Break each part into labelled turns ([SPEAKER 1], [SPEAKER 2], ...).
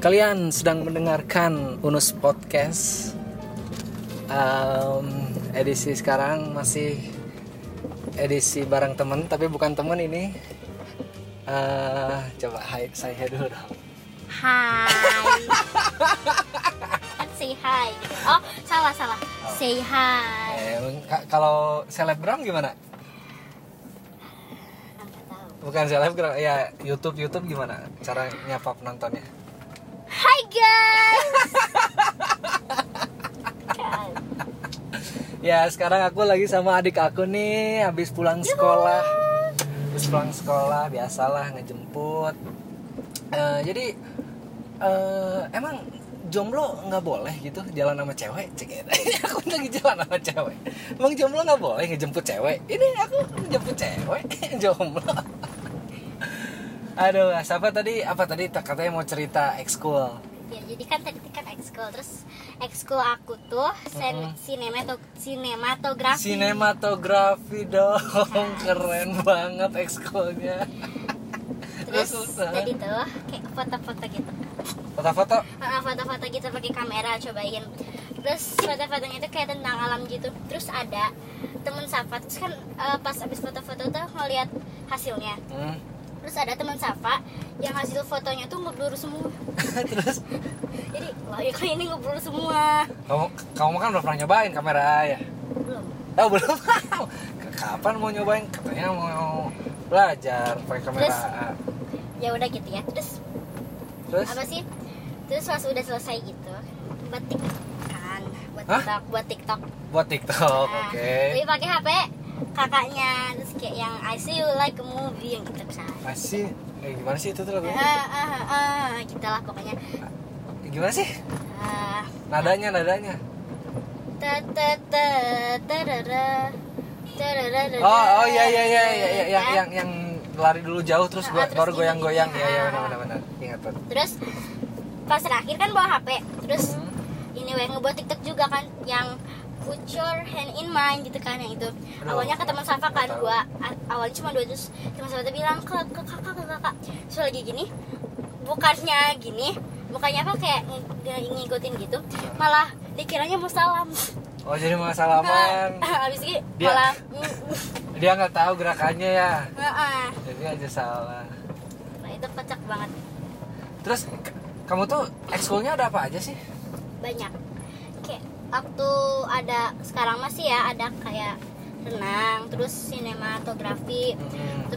[SPEAKER 1] Kalian sedang mendengarkan Unus Podcast Um, Edisi sekarang masih edisi bareng temen Tapi bukan temen ini Eh, Coba hai, saya dulu dong
[SPEAKER 2] Hai. Kan say hi. Oh, salah salah. Say hi.
[SPEAKER 1] Eh, ka- Kalau selebgram gimana?
[SPEAKER 2] Enggak tahu.
[SPEAKER 1] Bukan selebgram, ya YouTube-YouTube gimana? Cara nyapa penontonnya?
[SPEAKER 2] Hai guys. Kan.
[SPEAKER 1] Ya sekarang aku lagi sama adik aku nih Habis pulang sekolah Habis pulang sekolah Biasalah ngejemput Eh, Jadi eh, Emang jomblo nggak boleh gitu Jalan sama cewek Cek, Aku lagi jalan sama cewek Emang jomblo nggak boleh ngejemput cewek Ini aku ngejemput cewek Jomblo Aduh, siapa tadi? Apa tadi? Katanya mau cerita ekskul.
[SPEAKER 2] Ya, jadi kan tadi kan ekskul terus ekskul aku tuh sen-
[SPEAKER 1] Mm-mm.
[SPEAKER 2] sinemato sinematografi.
[SPEAKER 1] Sinematografi dong,
[SPEAKER 2] Nah.
[SPEAKER 1] keren banget ekskulnya.
[SPEAKER 2] terus
[SPEAKER 1] susah.
[SPEAKER 2] tadi tuh kayak foto-foto gitu.
[SPEAKER 1] Foto-foto,
[SPEAKER 2] Ah, foto-foto gitu pakai kamera cobain terus foto-fotonya itu kayak tentang alam gitu terus ada temen Safa terus kan eh, pas abis foto-foto tuh ngeliat hasilnya
[SPEAKER 1] hmm.
[SPEAKER 2] terus ada temen Safa yang hasil fotonya tuh ngeblur semua
[SPEAKER 1] terus
[SPEAKER 2] jadi wah ya kan ini ngeblur semua
[SPEAKER 1] kamu kamu kan udah pernah nyobain kamera ya?
[SPEAKER 2] belum
[SPEAKER 1] Oh belum. Kapan mau nyobain? Katanya mau belajar pakai kamera.
[SPEAKER 2] Terus? ya udah gitu ya terus
[SPEAKER 1] Terus,
[SPEAKER 2] apa sih terus pas udah selesai gitu batik kan buat
[SPEAKER 1] Hah?
[SPEAKER 2] TikTok buat TikTok
[SPEAKER 1] buat TikTok,
[SPEAKER 2] Nah,
[SPEAKER 1] oke.
[SPEAKER 2] tapi pakai HP kakaknya terus kayak yang I see you like a movie yang gitu kan
[SPEAKER 1] Masih, eh, gimana sih itu tuh
[SPEAKER 2] Ah,
[SPEAKER 1] lagunya?
[SPEAKER 2] ah, ah, ah, gitu lah pokoknya
[SPEAKER 1] Gimana sih?
[SPEAKER 2] Ah,
[SPEAKER 1] Nadanya, nadanya.
[SPEAKER 2] ta ta ta tarara, tarara,
[SPEAKER 1] Oh, oh iya iya iya iya iya, yang
[SPEAKER 2] kan?
[SPEAKER 1] yang yang lari dulu jauh terus gua
[SPEAKER 2] Ah, terus
[SPEAKER 1] baru
[SPEAKER 2] gini,
[SPEAKER 1] goyang-goyang
[SPEAKER 2] gini.
[SPEAKER 1] ya ya
[SPEAKER 2] Ah.
[SPEAKER 1] benar benar benar. Ingat tuh.
[SPEAKER 2] terus pas terakhir kan bawa HP terus
[SPEAKER 1] Hmm.
[SPEAKER 2] ini weh ngebuat TikTok juga kan yang put your hand in mine gitu kan yang itu
[SPEAKER 1] Aduh,
[SPEAKER 2] awalnya ke teman Safa kan
[SPEAKER 1] tahu.
[SPEAKER 2] dua a- awalnya cuma dua terus teman Safa tuh bilang ke ke kakak ke kakak so lagi gini bukannya gini bukannya apa kayak ng- ng- ngikutin gitu
[SPEAKER 1] Iya.
[SPEAKER 2] malah dikiranya mau salam
[SPEAKER 1] Oh jadi mau salaman.
[SPEAKER 2] habis itu
[SPEAKER 1] Dia-
[SPEAKER 2] malah mm,
[SPEAKER 1] Dia nggak tahu gerakannya ya.
[SPEAKER 2] Heeh.
[SPEAKER 1] Jadi aja salah.
[SPEAKER 2] Nah, itu kocak banget
[SPEAKER 1] Terus k- kamu tuh ekskulnya ada apa aja sih?
[SPEAKER 2] banyak kayak waktu ada sekarang masih ya ada kayak renang terus sinematografi
[SPEAKER 1] Oh,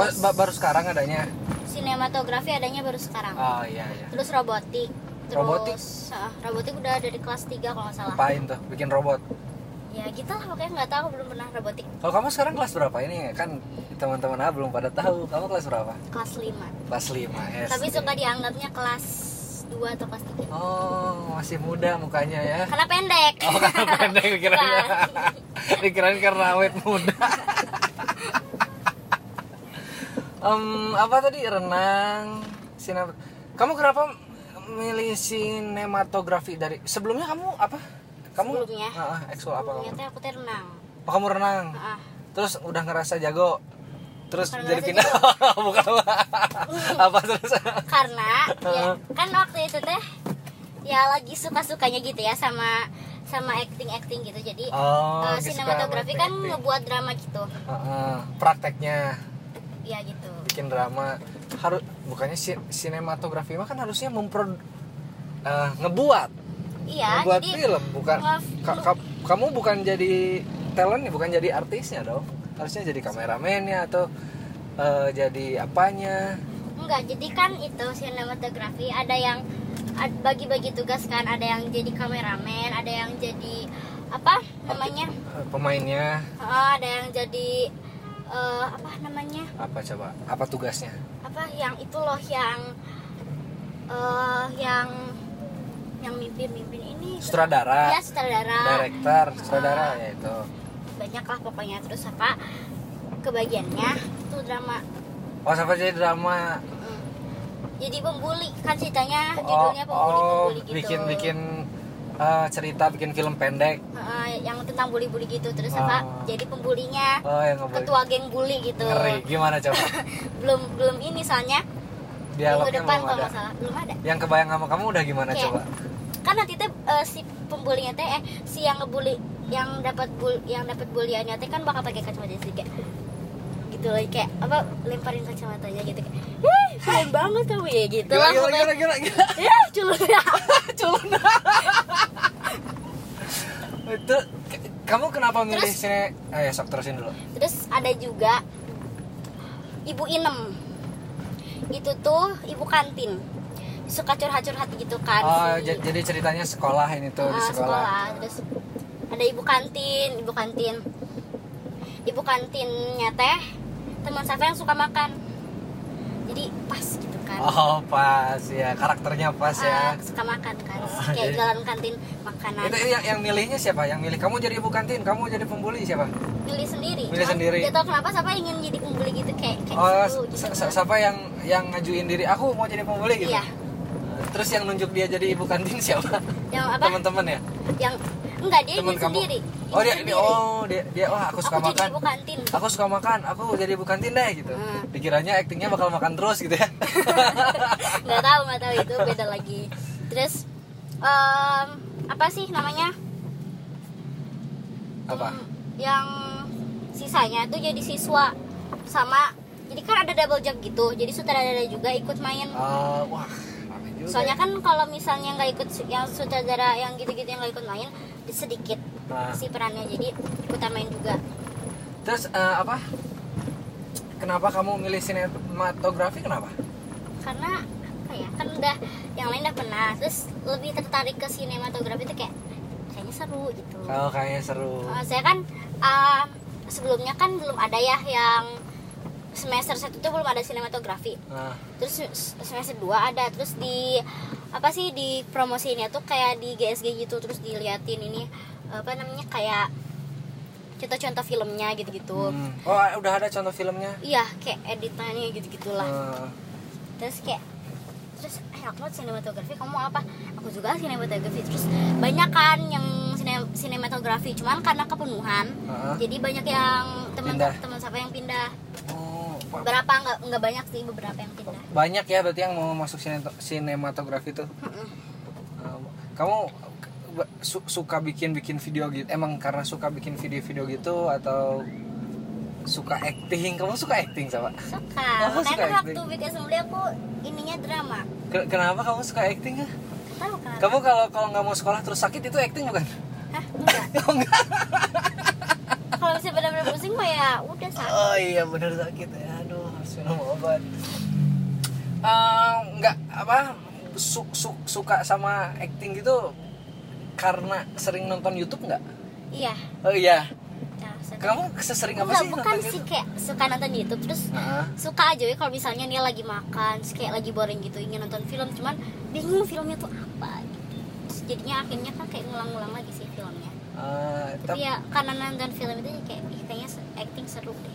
[SPEAKER 2] terus
[SPEAKER 1] ba- baru sekarang adanya.
[SPEAKER 2] sinematografi adanya baru sekarang
[SPEAKER 1] Oh iya iya.
[SPEAKER 2] terus robotik terus
[SPEAKER 1] Robotik?
[SPEAKER 2] ah, robotik udah dari kelas 3 kalau nggak salah
[SPEAKER 1] Apain tuh? Bikin robot.
[SPEAKER 2] ya gitu lah pokoknya nggak tahu belum pernah robotik
[SPEAKER 1] Kalau kamu sekarang kelas berapa ini? Kan teman-teman ah belum pada tahu. Kamu kelas berapa?
[SPEAKER 2] kelas 5
[SPEAKER 1] Kelas 5 SD.
[SPEAKER 2] tapi suka dianggapnya kelas 2 atau kelas 3
[SPEAKER 1] Oh, masih muda mukanya ya.
[SPEAKER 2] karena pendek Iya.
[SPEAKER 1] Oh, karena pendek pikirannya.
[SPEAKER 2] Bukan.
[SPEAKER 1] Dikirain karena awet muda. Em, apa tadi renang sinem kamu kenapa milih sinematografi dari sebelumnya kamu apa kamu
[SPEAKER 2] Sebelumnya?
[SPEAKER 1] Ah, ah, ekskul apa kamu
[SPEAKER 2] Sebelumnya tuh aku tuh renang
[SPEAKER 1] oh, kamu renang
[SPEAKER 2] Ah,
[SPEAKER 1] terus udah ngerasa jago terus
[SPEAKER 2] Bukan
[SPEAKER 1] jadi
[SPEAKER 2] ngerasa Iya.
[SPEAKER 1] pindah Oh, bukan apa. apa terus
[SPEAKER 2] karena ya,
[SPEAKER 1] Heeh.
[SPEAKER 2] kan waktu itu teh ya lagi suka sukanya gitu ya sama sama acting acting gitu jadi
[SPEAKER 1] oh
[SPEAKER 2] eh,
[SPEAKER 1] gitu,
[SPEAKER 2] sinematografi kan
[SPEAKER 1] ngerti.
[SPEAKER 2] ngebuat drama gitu
[SPEAKER 1] Ah, ah, prakteknya
[SPEAKER 2] ya gitu
[SPEAKER 1] bikin drama harus bukannya si- sinematografi mah kan harusnya mempro eh, ngebuat
[SPEAKER 2] iya
[SPEAKER 1] ngebuat
[SPEAKER 2] jadi
[SPEAKER 1] film bukan
[SPEAKER 2] nge-
[SPEAKER 1] ka- ka- kamu bukan jadi talent bukan jadi artisnya dong harusnya jadi kameramennya atau eh, jadi apanya
[SPEAKER 2] enggak jadi kan itu sinematografi ada yang ad- bagi-bagi tugas kan ada yang jadi kameramen ada yang jadi apa namanya
[SPEAKER 1] Eh, pemainnya
[SPEAKER 2] Heeh, ada yang jadi eh, apa namanya
[SPEAKER 1] apa coba apa tugasnya
[SPEAKER 2] apa yang itu loh yang eh yang yang mimpin mimpin ini ya
[SPEAKER 1] sutradara
[SPEAKER 2] sutradara
[SPEAKER 1] director sutradara ya itu
[SPEAKER 2] banyak lah pokoknya terus apa kebagiannya itu drama
[SPEAKER 1] oh sampai jadi drama
[SPEAKER 2] Mm. jadi pembuli kan ceritanya
[SPEAKER 1] oh,
[SPEAKER 2] judulnya pembuli
[SPEAKER 1] oh
[SPEAKER 2] pembuli gitu
[SPEAKER 1] bikin bikin eh, cerita bikin film pendek
[SPEAKER 2] Heeh, yang tentang bully-bully gitu terus
[SPEAKER 1] Ah.
[SPEAKER 2] apa jadi pembulinya
[SPEAKER 1] oh yang ngebully.
[SPEAKER 2] ketua geng bully gitu
[SPEAKER 1] ngeri gimana coba
[SPEAKER 2] belum belum ini soalnya minggu
[SPEAKER 1] dialognya
[SPEAKER 2] depan
[SPEAKER 1] belum
[SPEAKER 2] kalau
[SPEAKER 1] ada
[SPEAKER 2] nggak salah belum ada
[SPEAKER 1] yang kebayang sama kamu udah gimana
[SPEAKER 2] Kayak-
[SPEAKER 1] coba
[SPEAKER 2] kan nanti teh eh, si pembulinya teh eh si yang ngebully yang dapat bul yang dapat buliannya teh kan bakal pakai kacamata sih kayak gitu loh kayak apa lemparin kacamatanya gitu kayak eh keren banget kamu ya gitu
[SPEAKER 1] gila
[SPEAKER 2] lah
[SPEAKER 1] gila
[SPEAKER 2] pokoknya.
[SPEAKER 1] gila gila, gila.
[SPEAKER 2] Eh, culun
[SPEAKER 1] Iya, Culun. itu k- kamu kenapa milih
[SPEAKER 2] Terus-
[SPEAKER 1] sini eh ya, sok terusin dulu
[SPEAKER 2] Terus ada juga Ibu Inem. Itu tuh ibu kantin. Suka curhat-curhat gitu kan.
[SPEAKER 1] oh
[SPEAKER 2] si-
[SPEAKER 1] ja- jadi ceritanya sekolah ini tuh di
[SPEAKER 2] Ah,
[SPEAKER 1] sekolah,
[SPEAKER 2] Terus ada ibu kantin, ibu kantin. Ibu kantinnya teh teman saya yang suka makan. Jadi pas gitu kan.
[SPEAKER 1] oh pas ya karakternya pas
[SPEAKER 2] Ah,
[SPEAKER 1] ya
[SPEAKER 2] suka makan kan.
[SPEAKER 1] Oh,
[SPEAKER 2] Kayak
[SPEAKER 1] jadi-
[SPEAKER 2] jalan kantin makanan.
[SPEAKER 1] itu yang, yang milihnya siapa yang milih kamu jadi ibu kantin kamu jadi pembuli siapa
[SPEAKER 2] Milih sendiri.
[SPEAKER 1] Milih sendiri.
[SPEAKER 2] Gak tau kenapa siapa ingin jadi pembeli gitu kayak kayak
[SPEAKER 1] oh
[SPEAKER 2] seru gitu.
[SPEAKER 1] sa- sa- siapa yang yang ngajuin diri aku mau jadi pembuli gitu
[SPEAKER 2] Iya.
[SPEAKER 1] terus yang nunjuk dia jadi ibu kantin siapa
[SPEAKER 2] Yang apa?
[SPEAKER 1] teman-teman ya
[SPEAKER 2] yang enggak dia
[SPEAKER 1] teman
[SPEAKER 2] ingin
[SPEAKER 1] kamu
[SPEAKER 2] sendiri
[SPEAKER 1] oh
[SPEAKER 2] Ingin
[SPEAKER 1] dia, dia
[SPEAKER 2] sendiri.
[SPEAKER 1] oh dia dia wah aku suka
[SPEAKER 2] aku
[SPEAKER 1] makan
[SPEAKER 2] jadi ibu kantin
[SPEAKER 1] aku suka makan aku jadi ibu kantin deh gitu
[SPEAKER 2] Hmm.
[SPEAKER 1] dikiranya aktingnya bakal makan terus gitu ya
[SPEAKER 2] nggak tahu nggak tahu itu beda lagi terus em, apa sih namanya
[SPEAKER 1] apa
[SPEAKER 2] Hmm, yang sisanya tuh jadi siswa sama jadi kan ada double job gitu jadi sutradara juga ikut main
[SPEAKER 1] Eh, wah rame juga
[SPEAKER 2] soalnya kan kalau misalnya nggak ikut su- yang sutradara yang gitu-gitu yang nggak ikut main sedikit
[SPEAKER 1] Nah.
[SPEAKER 2] si perannya jadi ikutan main juga
[SPEAKER 1] terus eh, apa kenapa kamu milih sinematografi kenapa
[SPEAKER 2] karena apa ya kan udah yang lain udah pernah terus lebih tertarik ke sinematografi itu kayak kayaknya seru gitu
[SPEAKER 1] oh kayaknya seru
[SPEAKER 2] Uh, saya kan um, sebelumnya kan belum ada ya yang semester satu tuh belum ada sinematografi
[SPEAKER 1] nah
[SPEAKER 2] terus se- semester 2 ada terus di apa sih di promosinya tuh kayak di GSG gitu terus diliatin ini apa namanya kayak contoh-contoh filmnya gitu-gitu
[SPEAKER 1] hmm. oh udah ada contoh filmnya
[SPEAKER 2] iya kayak editannya gitu-gitulah
[SPEAKER 1] Eh,
[SPEAKER 2] terus kayak terus eh aku mau sinematografi kamu mau apa aku juga sinematografi terus banyak kan yang sine- sinematografi cuman karena kepenuhan
[SPEAKER 1] Heeh.
[SPEAKER 2] jadi banyak yang
[SPEAKER 1] Pindah.
[SPEAKER 2] teman-teman siapa yang pindah
[SPEAKER 1] oh, wah,
[SPEAKER 2] berapa nggak nggak banyak sih beberapa yang pindah
[SPEAKER 1] banyak ya berarti yang mau masuk sineto- sinematografi tuh Um, kamu ba- su- suka bikin bikin video gitu emang karena suka bikin video-video gitu atau suka acting kamu suka acting sama
[SPEAKER 2] suka
[SPEAKER 1] Oh,
[SPEAKER 2] makanya
[SPEAKER 1] suka
[SPEAKER 2] kan waktu
[SPEAKER 1] acting.
[SPEAKER 2] bikin assembly aku ininya drama
[SPEAKER 1] Ke- kenapa kamu suka acting ya
[SPEAKER 2] Nggak tahu kenapa
[SPEAKER 1] kamu kalau kalau nggak mau sekolah terus sakit itu acting bukan
[SPEAKER 2] hah enggak
[SPEAKER 1] oh, enggak
[SPEAKER 2] kalau misalnya benar-benar pusing mah ya udah sakit
[SPEAKER 1] oh iya benar sakit ya aduh harus minum obat Ehm, nggak apa su- su- suka sama acting gitu karena sering nonton YouTube nggak
[SPEAKER 2] iya
[SPEAKER 1] oh iya
[SPEAKER 2] ya, sakit.
[SPEAKER 1] kamu sesering apa
[SPEAKER 2] Nggak,
[SPEAKER 1] sih
[SPEAKER 2] bukan
[SPEAKER 1] nonton
[SPEAKER 2] sih
[SPEAKER 1] YouTube?
[SPEAKER 2] kayak suka nonton YouTube terus
[SPEAKER 1] Heeh.
[SPEAKER 2] suka aja ya kalau misalnya dia lagi makan terus kayak lagi boring gitu ingin nonton film cuman bingung filmnya tuh apa gitu. Terus jadinya akhirnya kan kayak ngulang-ngulang lagi sih filmnya
[SPEAKER 1] Eh,
[SPEAKER 2] tapi
[SPEAKER 1] tapi
[SPEAKER 2] ya karena nonton film itu jadi kayak "Ih, kayaknya se- acting seru deh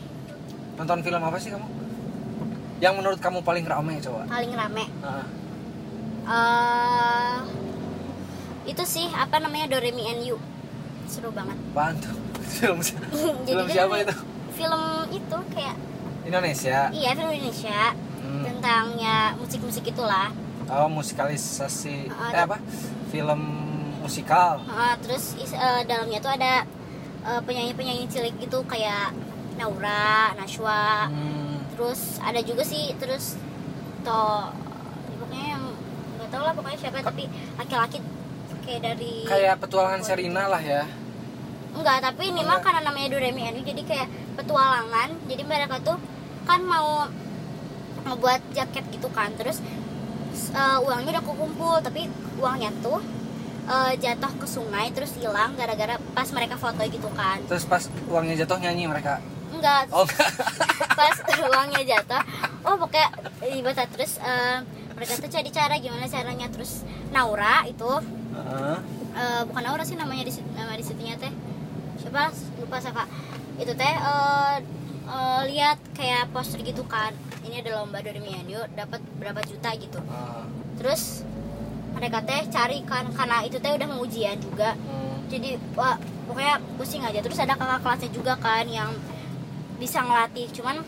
[SPEAKER 1] nonton film apa sih kamu? Yang menurut kamu paling rame coba?
[SPEAKER 2] paling rame
[SPEAKER 1] Heeh.
[SPEAKER 2] eh itu sih apa namanya Doremi and You seru banget
[SPEAKER 1] apaan tuh? Film, si- film
[SPEAKER 2] dia
[SPEAKER 1] siapa
[SPEAKER 2] kayak
[SPEAKER 1] itu?
[SPEAKER 2] film itu kayak
[SPEAKER 1] Indonesia.
[SPEAKER 2] iya film Indonesia
[SPEAKER 1] Hmm.
[SPEAKER 2] tentang ya musik-musik itulah
[SPEAKER 1] Oh musikalisasi
[SPEAKER 2] Ah,
[SPEAKER 1] eh, apa? Film musikal.
[SPEAKER 2] Ah, terus is- eh, dalamnya tuh ada eh, penyanyi-penyanyi cilik gitu kayak Naura, Nashwa.
[SPEAKER 1] Hmm.
[SPEAKER 2] Terus ada juga sih terus to ya pokoknya yang nggak tahu lah pokoknya siapa tapi laki-laki kayak dari
[SPEAKER 1] Kayak petualangan Serina lah ya.
[SPEAKER 2] enggak tapi ini mah karena namanya Doremi Anu jadi kayak petualangan jadi mereka tuh kan mau ngebuat jaket gitu kan terus eh, uangnya udah kumpul tapi uangnya tuh eh, jatuh ke sungai terus hilang gara-gara pas mereka foto gitu kan
[SPEAKER 1] Terus pas uangnya jatuh nyanyi mereka.
[SPEAKER 2] enggak
[SPEAKER 1] Oh enggak.
[SPEAKER 2] pas uangnya jatuh oh pokoknya ibadah terus eh, mereka tuh cari cara gimana caranya terus Naura itu
[SPEAKER 1] Heeh.
[SPEAKER 2] eh, bukan Naura sih namanya di situ- nama di situnya teh siapa lupa siapa itu teh eh, eh, lihat kayak poster gitu kan ini ada lomba dari Mianyo dapat berapa juta gitu
[SPEAKER 1] Ah,
[SPEAKER 2] terus mereka teh cari kan karena itu teh udah mau ujian juga
[SPEAKER 1] hmm.
[SPEAKER 2] jadi wah, pokoknya pusing aja terus ada kakak kelasnya juga kan yang bisa ngelatih cuman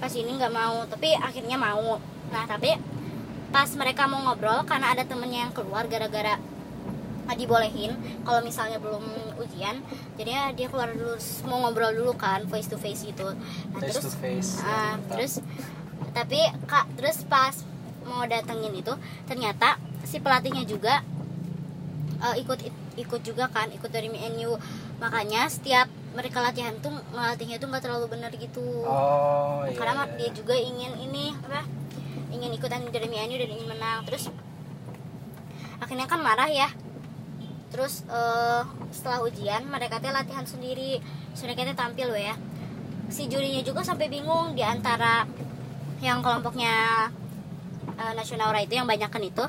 [SPEAKER 2] pas ini nggak mau tapi akhirnya mau nah tapi pas mereka mau ngobrol karena ada temennya yang keluar gara-gara nggak dibolehin kalau misalnya belum ujian jadinya dia keluar dulu terus mau ngobrol dulu kan face to face gitu nah,
[SPEAKER 1] face
[SPEAKER 2] terus
[SPEAKER 1] to face ya,
[SPEAKER 2] ah,
[SPEAKER 1] mantap.
[SPEAKER 2] terus tapi kak terus pas mau datengin itu ternyata si pelatihnya juga eh, ikut ikut juga kan ikut dari MNU makanya setiap mereka latihan tuh melatihnya tuh nggak terlalu benar gitu
[SPEAKER 1] oh iya,
[SPEAKER 2] karena
[SPEAKER 1] iya,
[SPEAKER 2] dia
[SPEAKER 1] iya.
[SPEAKER 2] juga ingin ini apa ingin ikutan Jeremy Anu dan ingin menang terus akhirnya kan marah ya terus eh, setelah ujian mereka teh latihan sendiri sudah kita tampil we ya si jurinya juga sampai bingung di antara yang kelompoknya eh, nasional Ora itu yang banyakan itu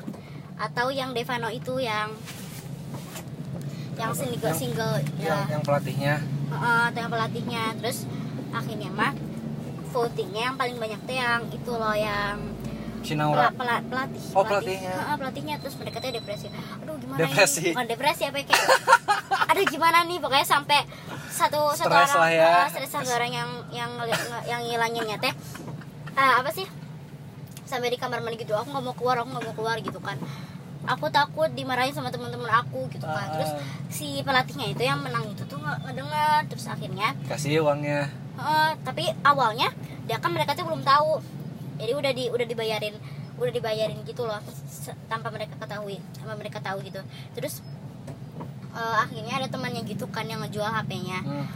[SPEAKER 2] atau yang Devano itu yang yang
[SPEAKER 1] Apa?
[SPEAKER 2] single
[SPEAKER 1] Yang-
[SPEAKER 2] single ya.
[SPEAKER 1] yang, yang pelatihnya
[SPEAKER 2] Heeh, tuh yang pelatihnya terus akhirnya mah votingnya yang paling banyak tuh yang itu loh yang
[SPEAKER 1] Cinaura
[SPEAKER 2] pela- pela- pelatih
[SPEAKER 1] Oh,
[SPEAKER 2] pelatih.
[SPEAKER 1] pelatihnya.
[SPEAKER 2] Heeh, pelatihnya terus mereka tuh depresi aduh gimana
[SPEAKER 1] Depresi.
[SPEAKER 2] ini bukan depresi apa ya, kayak aduh gimana nih pokoknya sampai satu satu
[SPEAKER 1] Stres
[SPEAKER 2] orang
[SPEAKER 1] lah ya.
[SPEAKER 2] eh, stres satu orang yang yang ngeli- yang ngilanginnya teh eh, apa sih sampai di kamar mandi gitu aku nggak mau keluar aku nggak mau keluar gitu kan aku takut dimarahin sama teman-teman aku gitu
[SPEAKER 1] Ah.
[SPEAKER 2] kan terus si pelatihnya itu yang menang itu tuh nggak ngedengar terus akhirnya
[SPEAKER 1] kasih uangnya
[SPEAKER 2] eh, tapi awalnya dia kan mereka tuh belum tahu jadi udah di udah dibayarin udah dibayarin gitu loh se- tanpa mereka ketahui tanpa mereka tahu gitu terus eh, akhirnya ada temannya gitu kan yang ngejual HP-nya
[SPEAKER 1] Hmm.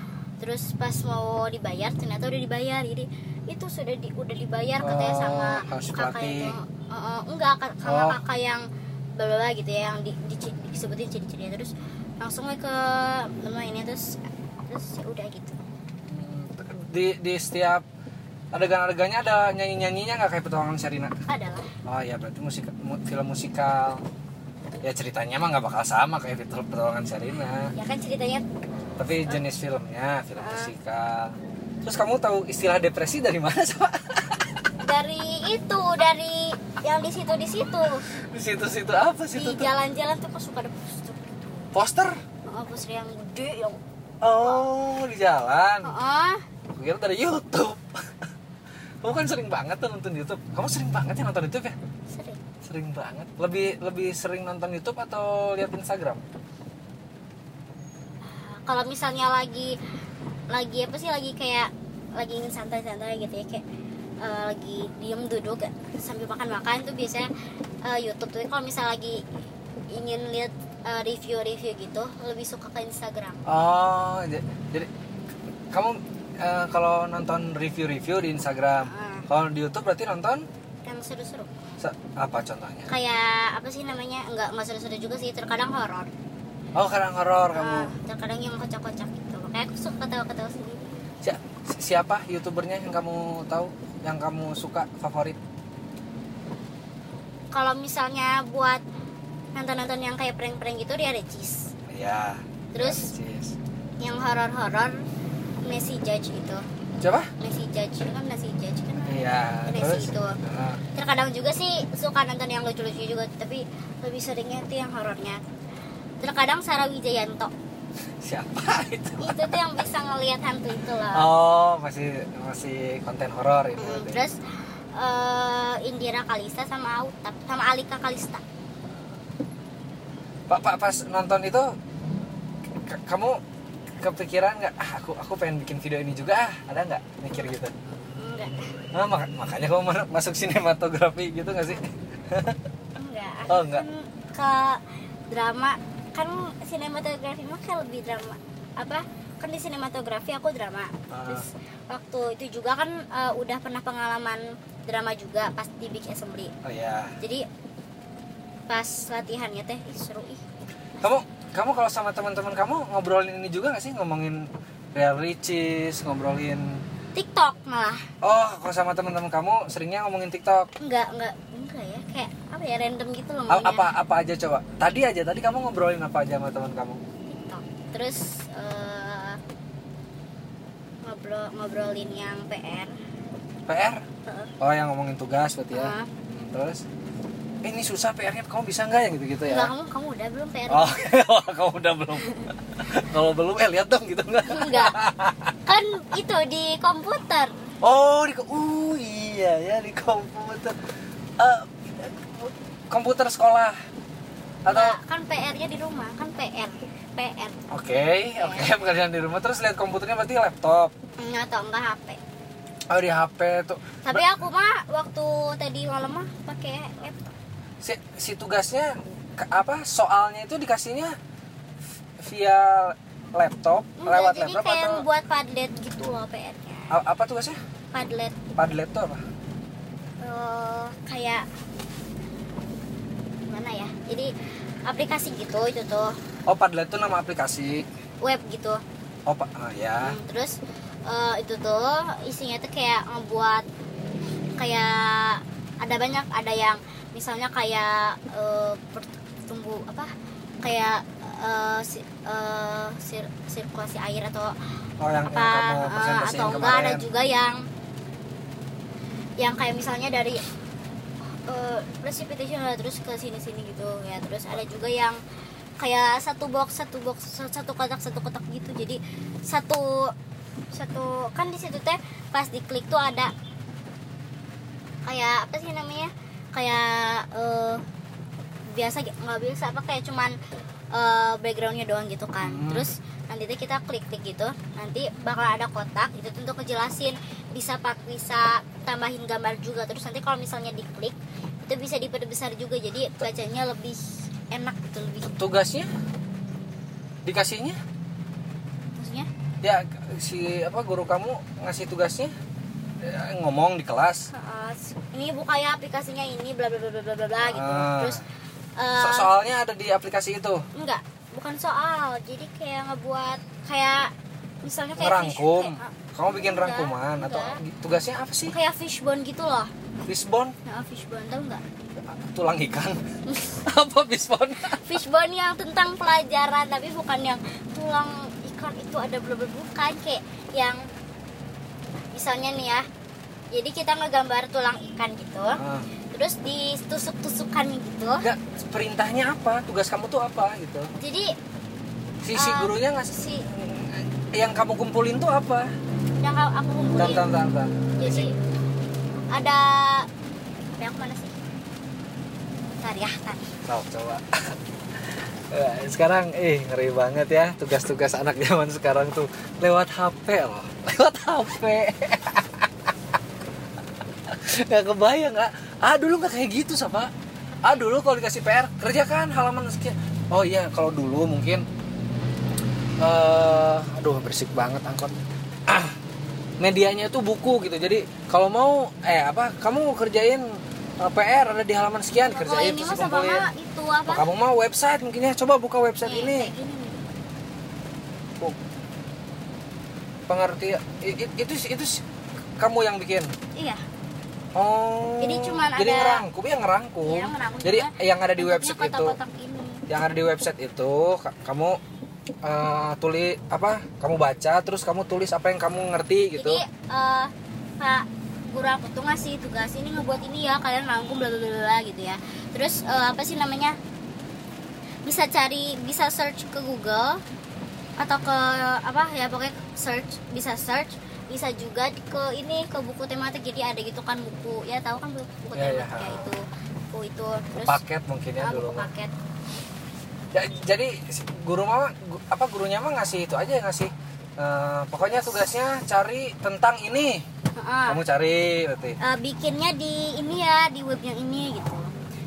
[SPEAKER 2] terus pas mau dibayar ternyata udah dibayar jadi itu sudah di, udah dibayar katanya
[SPEAKER 1] Oh,
[SPEAKER 2] sama
[SPEAKER 1] harus
[SPEAKER 2] kakak
[SPEAKER 1] pelatih.
[SPEAKER 2] itu Eh, eh, enggak kak- sama
[SPEAKER 1] Oh.
[SPEAKER 2] kakak yang bla bla bla gitu ya yang di, dici- disebutin ciri-cirinya terus langsung gue ke rumah ini terus terus ya udah gitu
[SPEAKER 1] di di setiap adegan-adegannya ada nyanyi-nyanyinya nggak kayak petualangan Sherina
[SPEAKER 2] adalah
[SPEAKER 1] oh ya berarti musik mu- film musikal ya ceritanya mah nggak bakal sama kayak petu- petualangan Sherina
[SPEAKER 2] ya kan ceritanya
[SPEAKER 1] tapi jenis filmnya film musikal terus kamu tahu istilah depresi dari mana sama
[SPEAKER 2] dari itu dari yang di situ di situ
[SPEAKER 1] di situ-situ apa
[SPEAKER 2] di
[SPEAKER 1] situ tuh
[SPEAKER 2] jalan-jalan tuh kok suka ada poster gitu
[SPEAKER 1] poster
[SPEAKER 2] Oh, poster yang gede ya. yang
[SPEAKER 1] oh di jalan
[SPEAKER 2] Heeh.
[SPEAKER 1] Gue kira dari YouTube kamu kan sering banget tuh nonton YouTube kamu sering banget ya nonton YouTube ya
[SPEAKER 2] sering
[SPEAKER 1] sering banget lebih lebih sering nonton YouTube atau lihat Instagram
[SPEAKER 2] kalau misalnya lagi lagi apa sih lagi kayak lagi ingin santai-santai gitu ya kayak eh, lagi diem duduk eh, sambil makan-makan tuh biasanya eh, YouTube tuh kalau misalnya lagi ingin lihat eh, review-review gitu lebih suka ke Instagram
[SPEAKER 1] Oh, j- jadi kamu eh, kalau nonton review-review di Instagram,
[SPEAKER 2] Ah.
[SPEAKER 1] kalau di YouTube berarti nonton
[SPEAKER 2] yang seru-seru
[SPEAKER 1] se- apa contohnya?
[SPEAKER 2] kayak apa sih namanya nggak nggak seru-seru juga sih terkadang horor
[SPEAKER 1] Oh, kadang horor kamu.
[SPEAKER 2] Eh, terkadang yang kocak-kocak gitu kayak aku suka ketawa-ketawa sendiri
[SPEAKER 1] Si- siapa youtubernya yang kamu tahu, yang kamu suka, favorit?
[SPEAKER 2] kalau misalnya buat nonton-nonton yang kayak prank-prank gitu dia ada cheese
[SPEAKER 1] Iya.
[SPEAKER 2] Terus?
[SPEAKER 1] Narsis.
[SPEAKER 2] yang horor-horor Messi Judge itu
[SPEAKER 1] Siapa?
[SPEAKER 2] Messi Judge itu kan Messi Judge kan
[SPEAKER 1] Iya.
[SPEAKER 2] Narsis
[SPEAKER 1] Terus?
[SPEAKER 2] itu.
[SPEAKER 1] Ah,
[SPEAKER 2] terkadang juga sih suka nonton yang lucu-lucu juga tapi lebih seringnya tuh yang horornya terkadang Sarah Wijayanto
[SPEAKER 1] siapa itu?
[SPEAKER 2] itu tuh yang bisa ngelihat hantu itu loh
[SPEAKER 1] Oh, masih masih konten horor ini.
[SPEAKER 2] Ah. Hmm,
[SPEAKER 1] berarti.
[SPEAKER 2] terus eh, Indira Kalista sama Auta sama Alika Kalista
[SPEAKER 1] Pak, pak pas nonton itu k- kamu kepikiran nggak? Ah, aku aku pengen bikin video ini juga. Ah, ada nggak mikir gitu?
[SPEAKER 2] enggak
[SPEAKER 1] Ah, mak- makanya kamu ma- masuk sinematografi gitu nggak sih?
[SPEAKER 2] enggak
[SPEAKER 1] Oh, enggak.
[SPEAKER 2] Kan ke drama kan sinematografi mah kayak lebih drama apa kan di sinematografi aku drama
[SPEAKER 1] Ah.
[SPEAKER 2] terus waktu itu juga kan eh, udah pernah pengalaman drama juga pas di big assembly
[SPEAKER 1] Oh ya.
[SPEAKER 2] jadi pas latihannya teh ih, seru ih
[SPEAKER 1] Kamu kamu kalau sama teman-teman kamu ngobrolin ini juga nggak sih? Ngomongin real riches, ngobrolin
[SPEAKER 2] tiktok malah
[SPEAKER 1] Oh, kalau sama teman-teman kamu seringnya ngomongin TikTok.
[SPEAKER 2] enggak enggak enggak ya kayak apa ya random gitu loh
[SPEAKER 1] A-
[SPEAKER 2] mainnya.
[SPEAKER 1] apa apa aja coba? Tadi aja, tadi kamu ngobrolin apa aja sama teman kamu?
[SPEAKER 2] TikTok. Terus eh, ngobrol ngobrolin yang PR.
[SPEAKER 1] PR?
[SPEAKER 2] Heeh.
[SPEAKER 1] Oh, yang ngomongin tugas berarti ya.
[SPEAKER 2] Ah.
[SPEAKER 1] Hmm, Terus eh, ini susah PR-nya kamu bisa nggak ya gitu-gitu ya?
[SPEAKER 2] Enggak, kamu kamu udah belum PR?
[SPEAKER 1] Oh, kamu udah belum? Kalau belum, eh lihat dong gitu nggak?
[SPEAKER 2] Enggak. Kan itu di komputer.
[SPEAKER 1] Oh, di ko- uh iya ya di komputer. Eh, komputer sekolah atau
[SPEAKER 2] Nggak, kan PR-nya di rumah kan PR PR
[SPEAKER 1] oke oke pekerjaan di rumah terus lihat komputernya berarti laptop
[SPEAKER 2] nggak atau enggak HP
[SPEAKER 1] oh di HP tuh
[SPEAKER 2] tapi aku mah waktu tadi malam mah pakai laptop
[SPEAKER 1] si, si tugasnya ke- apa soalnya itu dikasihnya via laptop
[SPEAKER 2] Enggak,
[SPEAKER 1] lewat
[SPEAKER 2] jadi
[SPEAKER 1] laptop
[SPEAKER 2] kayak
[SPEAKER 1] atau
[SPEAKER 2] buat padlet gitu loh PR-nya
[SPEAKER 1] a- apa tugasnya
[SPEAKER 2] padlet
[SPEAKER 1] padlet tuh apa
[SPEAKER 2] eh, kayak gimana ya jadi aplikasi gitu itu tuh
[SPEAKER 1] oh padlet tuh nama aplikasi
[SPEAKER 2] web gitu
[SPEAKER 1] oh pa- ah, ya
[SPEAKER 2] Hmm, terus eh, itu tuh isinya tuh kayak ngebuat kayak ada banyak ada yang misalnya kayak eh, pertumbu apa kayak eh, si- eh, sir- sirkulasi air atau
[SPEAKER 1] oh yang, yang
[SPEAKER 2] apa
[SPEAKER 1] kamu
[SPEAKER 2] eh,
[SPEAKER 1] presentasiin
[SPEAKER 2] atau enggak ada
[SPEAKER 1] kemarin
[SPEAKER 2] juga yang yang kayak misalnya dari eh, precipitation lah, terus ke sini sini gitu ya terus ada juga yang kayak satu box satu box sa- satu kotak satu kotak gitu jadi satu satu kan di situ teh pas diklik tuh ada kayak apa sih namanya kayak eh, biasa gi- nggak biasa apa kayak cuman eh, backgroundnya doang gitu kan
[SPEAKER 1] Hmm.
[SPEAKER 2] terus nanti tuh kita klik klik gitu nanti bakal ada kotak itu tuh untuk ngejelasin bisa pak bisa tambahin gambar juga terus nanti kalau misalnya diklik itu bisa diperbesar juga jadi bacanya lebih enak gitu lebih
[SPEAKER 1] tugasnya dikasihnya
[SPEAKER 2] maksudnya
[SPEAKER 1] ya si apa guru kamu ngasih tugasnya eh, ngomong di kelas
[SPEAKER 2] eh, ini buka ya aplikasinya ini bla bla bla bla bla bla, bla gitu
[SPEAKER 1] Ah.
[SPEAKER 2] terus
[SPEAKER 1] So-
[SPEAKER 2] eh,
[SPEAKER 1] soalnya ada di aplikasi itu
[SPEAKER 2] enggak bukan soal jadi kayak ngebuat kayak misalnya kayak
[SPEAKER 1] ngerangkum
[SPEAKER 2] fish- ah. kayak-
[SPEAKER 1] kamu bikin
[SPEAKER 2] Enggak,
[SPEAKER 1] rangkuman atau tugasnya apa sih
[SPEAKER 2] kayak fishbone gitu loh
[SPEAKER 1] fishbone
[SPEAKER 2] nah, fishbone tau nggak
[SPEAKER 1] tulang ikan apa fishbone
[SPEAKER 2] fishbone yang tentang pelajaran tapi bukan yang tulang ikan itu ada berbukan bukan kayak yang misalnya nih ya jadi kita ngegambar tulang ikan gitu
[SPEAKER 1] Ah.
[SPEAKER 2] terus ditusuk-tusukan gitu
[SPEAKER 1] enggak perintahnya apa tugas kamu tuh apa gitu
[SPEAKER 2] jadi
[SPEAKER 1] si si
[SPEAKER 2] Ah,
[SPEAKER 1] gurunya ngasih
[SPEAKER 2] si
[SPEAKER 1] yang kamu kumpulin tuh apa
[SPEAKER 2] yang aku
[SPEAKER 1] Bentar,
[SPEAKER 2] kumpulin
[SPEAKER 1] bentar, bentar, bentar.
[SPEAKER 2] jadi ada apa yang mana sih Bentar ya, bentar.
[SPEAKER 1] Tahu, coba Eh, sekarang eh ngeri banget ya tugas-tugas anak zaman sekarang tuh lewat HP loh lewat HP nggak kebayang nggak ah dulu nggak kayak gitu sama ah dulu kalau dikasih PR kerjakan kan, halaman sekian oh iya kalau dulu mungkin eh aduh bersih banget angkot Ah, medianya itu buku gitu jadi kalau mau eh apa kamu kerjain eh, PR ada di halaman sekian
[SPEAKER 2] Nah, Kalau
[SPEAKER 1] kerjain
[SPEAKER 2] ini
[SPEAKER 1] terus
[SPEAKER 2] mah sama
[SPEAKER 1] dikumpulin.
[SPEAKER 2] mah itu apa?
[SPEAKER 1] Oh, kamu mau website mungkin ya coba buka website
[SPEAKER 2] Nih,
[SPEAKER 1] ini
[SPEAKER 2] kayak gini nih.
[SPEAKER 1] pengerti i- i- itu itu kamu yang bikin
[SPEAKER 2] Iya.
[SPEAKER 1] oh
[SPEAKER 2] Jadi cuman
[SPEAKER 1] jadi
[SPEAKER 2] ada-
[SPEAKER 1] ngerangkum ya ngerangkum
[SPEAKER 2] Iya, ngerangkum.
[SPEAKER 1] jadi
[SPEAKER 2] Cuma
[SPEAKER 1] yang ada di
[SPEAKER 2] bentuknya
[SPEAKER 1] website itu
[SPEAKER 2] kotak-kotak ini.
[SPEAKER 1] yang ada di website itu ka- kamu eh, tulis apa kamu baca terus kamu tulis apa yang kamu ngerti gitu
[SPEAKER 2] Jadi eh, Pak guru aku tuh ngasih tugas ini ngebuat ini ya kalian rangkum bla bla bla, bla gitu ya. Terus eh, apa sih namanya? Bisa cari bisa search ke Google atau ke apa ya pokoknya search bisa search bisa juga ke ini ke buku tematik jadi ada gitu kan buku ya tahu kan buku, buku
[SPEAKER 1] Iya, iya.
[SPEAKER 2] tematik ya itu buku itu terus
[SPEAKER 1] paket mungkin ya
[SPEAKER 2] ah,
[SPEAKER 1] dulu
[SPEAKER 2] buku
[SPEAKER 1] mah.
[SPEAKER 2] paket
[SPEAKER 1] Ya, jadi si- guru mama gu- apa gurunya mah ngasih itu aja ngasih eh, pokoknya tugasnya cari tentang ini
[SPEAKER 2] Heeh.
[SPEAKER 1] kamu cari berarti
[SPEAKER 2] Eh, bikinnya di ini ya di web yang ini gitu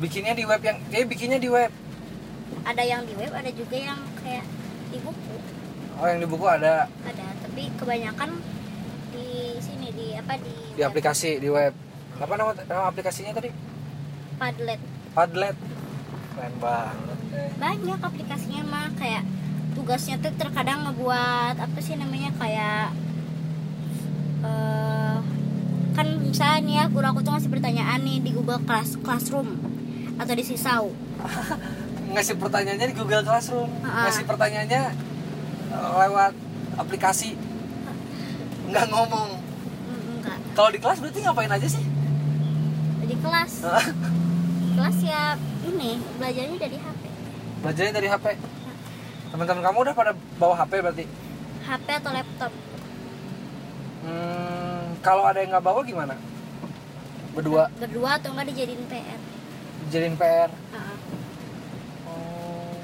[SPEAKER 1] bikinnya di web yang kayak bikinnya di web
[SPEAKER 2] ada yang di web ada juga yang kayak di buku
[SPEAKER 1] oh yang di buku ada
[SPEAKER 2] ada tapi kebanyakan di sini di apa di,
[SPEAKER 1] di aplikasi di web apa nama, nama aplikasinya tadi
[SPEAKER 2] Padlet
[SPEAKER 1] Padlet keren banget
[SPEAKER 2] banyak aplikasinya mah kayak tugasnya tuh terkadang ngebuat apa sih namanya kayak eh kan misalnya nih ya guru aku tuh ngasih pertanyaan nih di Google Class Classroom atau di Sisau
[SPEAKER 1] ngasih pertanyaannya di Google Classroom
[SPEAKER 2] Ah.
[SPEAKER 1] ngasih pertanyaannya eh, lewat aplikasi nggak ngomong
[SPEAKER 2] Mm, enggak
[SPEAKER 1] kalau di kelas berarti ngapain aja sih
[SPEAKER 2] di kelas
[SPEAKER 1] Ah.
[SPEAKER 2] kelas ya ini belajarnya dari HP
[SPEAKER 1] belajarnya dari HP teman-teman kamu udah pada bawa HP berarti
[SPEAKER 2] HP atau laptop
[SPEAKER 1] hmm, kalau ada yang nggak bawa gimana berdua
[SPEAKER 2] berdua atau enggak dijadiin PR
[SPEAKER 1] jadiin PR
[SPEAKER 2] Heeh.
[SPEAKER 1] Oh.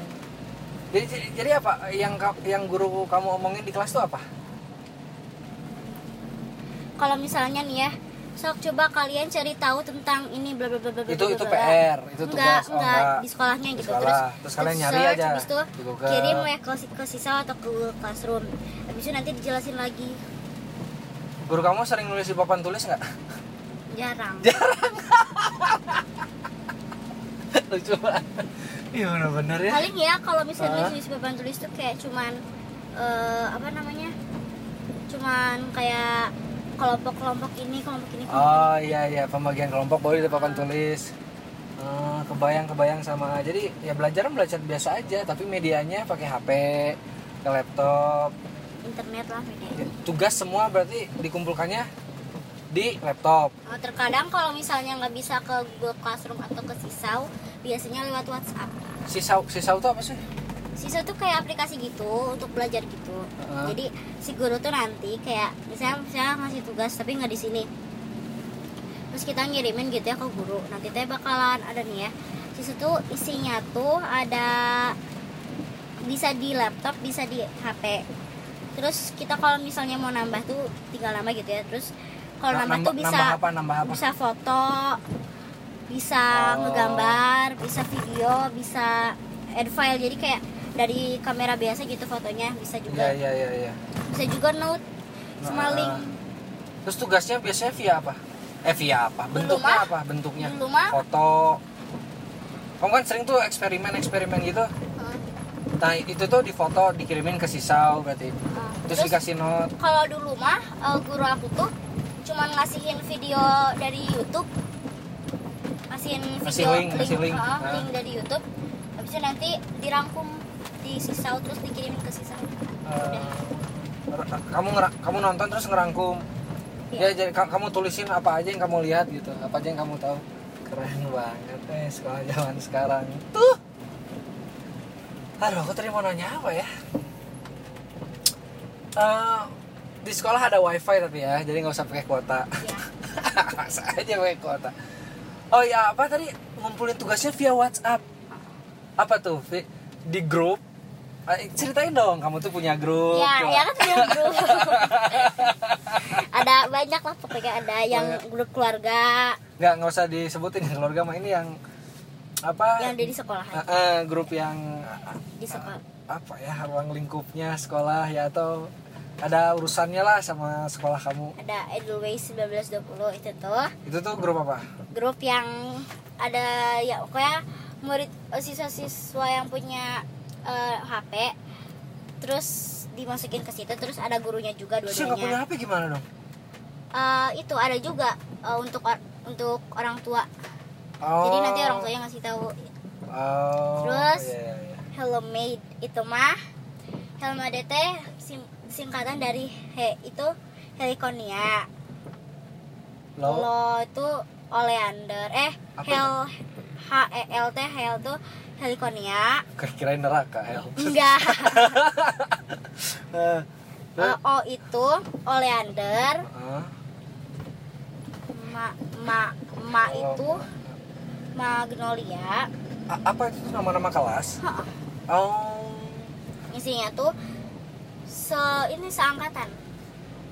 [SPEAKER 1] jadi, jadi jadi apa yang ka- yang guru kamu omongin di kelas tuh apa
[SPEAKER 2] kalau misalnya nih ya sok coba kalian cari tahu tentang ini bla bla bla bla bla,
[SPEAKER 1] itu
[SPEAKER 2] bla,
[SPEAKER 1] itu
[SPEAKER 2] bla, bla.
[SPEAKER 1] PR itu tugas
[SPEAKER 2] enggak
[SPEAKER 1] oh,
[SPEAKER 2] enggak di sekolahnya
[SPEAKER 1] Di
[SPEAKER 2] gitu
[SPEAKER 1] sekolah.
[SPEAKER 2] terus
[SPEAKER 1] Terus kalian nyari
[SPEAKER 2] search,
[SPEAKER 1] aja
[SPEAKER 2] habis itu
[SPEAKER 1] di Google.
[SPEAKER 2] kirim ya ke, si- ke siswa atau ke classroom habis itu nanti dijelasin lagi
[SPEAKER 1] guru kamu sering nulis di papan tulis nggak
[SPEAKER 2] jarang
[SPEAKER 1] lucu banget iya bener-bener ya
[SPEAKER 2] paling ya kalau misalnya
[SPEAKER 1] Hah?
[SPEAKER 2] nulis papan tulis tuh kayak cuman eh, apa namanya cuman kayak kelompok kelompok ini kelompok ini kelompok ini.
[SPEAKER 1] oh iya iya pembagian kelompok baru di papan tulis Eh, kebayang kebayang sama jadi ya belajar belajar biasa aja tapi medianya pakai HP ke laptop
[SPEAKER 2] internet lah gitu. media
[SPEAKER 1] Ya, tugas semua berarti dikumpulkannya di laptop
[SPEAKER 2] Oh, terkadang kalau misalnya nggak bisa ke Google Classroom atau ke Sisau biasanya lewat WhatsApp
[SPEAKER 1] sisau sisau itu apa sih
[SPEAKER 2] Sisau tuh kayak aplikasi gitu untuk belajar gitu.
[SPEAKER 1] Heeh.
[SPEAKER 2] Jadi si guru tuh nanti kayak misalnya misalnya ngasih tugas tapi nggak di sini. Terus kita ngirimin gitu ya ke guru. Nanti teh bakalan ada nih ya. Sisau tuh isinya tuh ada bisa di laptop, bisa di HP. Terus kita kalau misalnya mau nambah tuh tinggal nambah gitu ya. Terus kalau
[SPEAKER 1] Nah,
[SPEAKER 2] nambah, tuh bisa
[SPEAKER 1] nambah apa nambah apa
[SPEAKER 2] bisa foto bisa
[SPEAKER 1] Oh.
[SPEAKER 2] ngegambar bisa video bisa add file jadi kayak dari kamera biasa gitu fotonya bisa
[SPEAKER 1] iya
[SPEAKER 2] juga
[SPEAKER 1] iya iya iya
[SPEAKER 2] bisa juga note
[SPEAKER 1] Nah,
[SPEAKER 2] sama link
[SPEAKER 1] terus tugasnya biasanya via apa eh via apa bentuknya
[SPEAKER 2] mah.
[SPEAKER 1] apa bentuknya
[SPEAKER 2] Dulu mah.
[SPEAKER 1] foto kamu kan sering tuh eksperimen eksperimen gitu
[SPEAKER 2] Heeh.
[SPEAKER 1] nah itu tuh difoto dikirimin ke sisau berarti
[SPEAKER 2] Heeh.
[SPEAKER 1] terus,
[SPEAKER 2] terus
[SPEAKER 1] dikasih note
[SPEAKER 2] kalau dulu mah eh, guru aku tuh cuman ngasihin video dari YouTube ngasihin
[SPEAKER 1] Ngasih
[SPEAKER 2] video
[SPEAKER 1] link, ngasih link.
[SPEAKER 2] heeh,
[SPEAKER 1] Nah.
[SPEAKER 2] link dari YouTube habis itu nanti dirangkum di sisau terus dikirimin ke sisau
[SPEAKER 1] Eh, kamu ngera- kamu nonton terus ngerangkum ya
[SPEAKER 2] Iya.
[SPEAKER 1] jadi ka- kamu tulisin apa aja yang kamu lihat gitu apa aja yang kamu tahu keren banget eh sekolah zaman sekarang tuh aduh aku tadi mau nanya apa ya Eh, di sekolah ada wifi tapi ya jadi nggak usah pakai kuota
[SPEAKER 2] ya
[SPEAKER 1] Masa aja pakai kuota oh ya apa tadi ngumpulin tugasnya via WhatsApp apa tuh Vi? di grup Eh, ceritain dong kamu tuh punya grup
[SPEAKER 2] Ya,
[SPEAKER 1] coba.
[SPEAKER 2] ya kan punya grup. ada banyak lah pokoknya ada yang grup keluarga,
[SPEAKER 1] nggak nggak usah disebutin yang keluarga mah ini yang apa
[SPEAKER 2] yang ada di sekolah,
[SPEAKER 1] Eh, eh, grup yang ah.
[SPEAKER 2] di sekolah.
[SPEAKER 1] apa ya ruang lingkupnya sekolah ya atau ada urusannya lah sama sekolah kamu
[SPEAKER 2] Ada Edelweiss 1920 itu tuh
[SPEAKER 1] itu tuh grup apa
[SPEAKER 2] grup yang ada ya pokoknya murid eh, siswa-siswa yang punya eh, HP terus dimasukin ke situ terus ada gurunya juga
[SPEAKER 1] terus yang nggak punya
[SPEAKER 2] dua-duanya.
[SPEAKER 1] HP gimana dong
[SPEAKER 2] Eh, itu ada juga eh, untuk or- untuk orang tua.
[SPEAKER 1] oh,
[SPEAKER 2] Jadi nanti orang tuanya ngasih tahu
[SPEAKER 1] oh,
[SPEAKER 2] Terus?
[SPEAKER 1] iya, iya, iya.
[SPEAKER 2] Hello Maid itu mah Hello Maid teh sim- singkatan dari he itu Heliconia.
[SPEAKER 1] lo
[SPEAKER 2] Lo itu oleander. Eh
[SPEAKER 1] Apa
[SPEAKER 2] hel H E L T hel tuh Heliconia.
[SPEAKER 1] kirain neraka ya. El
[SPEAKER 2] Enggak.
[SPEAKER 1] Eh,
[SPEAKER 2] Eh, o itu oleander.
[SPEAKER 1] eh,
[SPEAKER 2] Ma ma ma
[SPEAKER 1] Oh.
[SPEAKER 2] itu magnolia.
[SPEAKER 1] a- apa itu tuh nama-nama kelas
[SPEAKER 2] Heeh.
[SPEAKER 1] oh
[SPEAKER 2] Isinya tuh se ini seangkatan.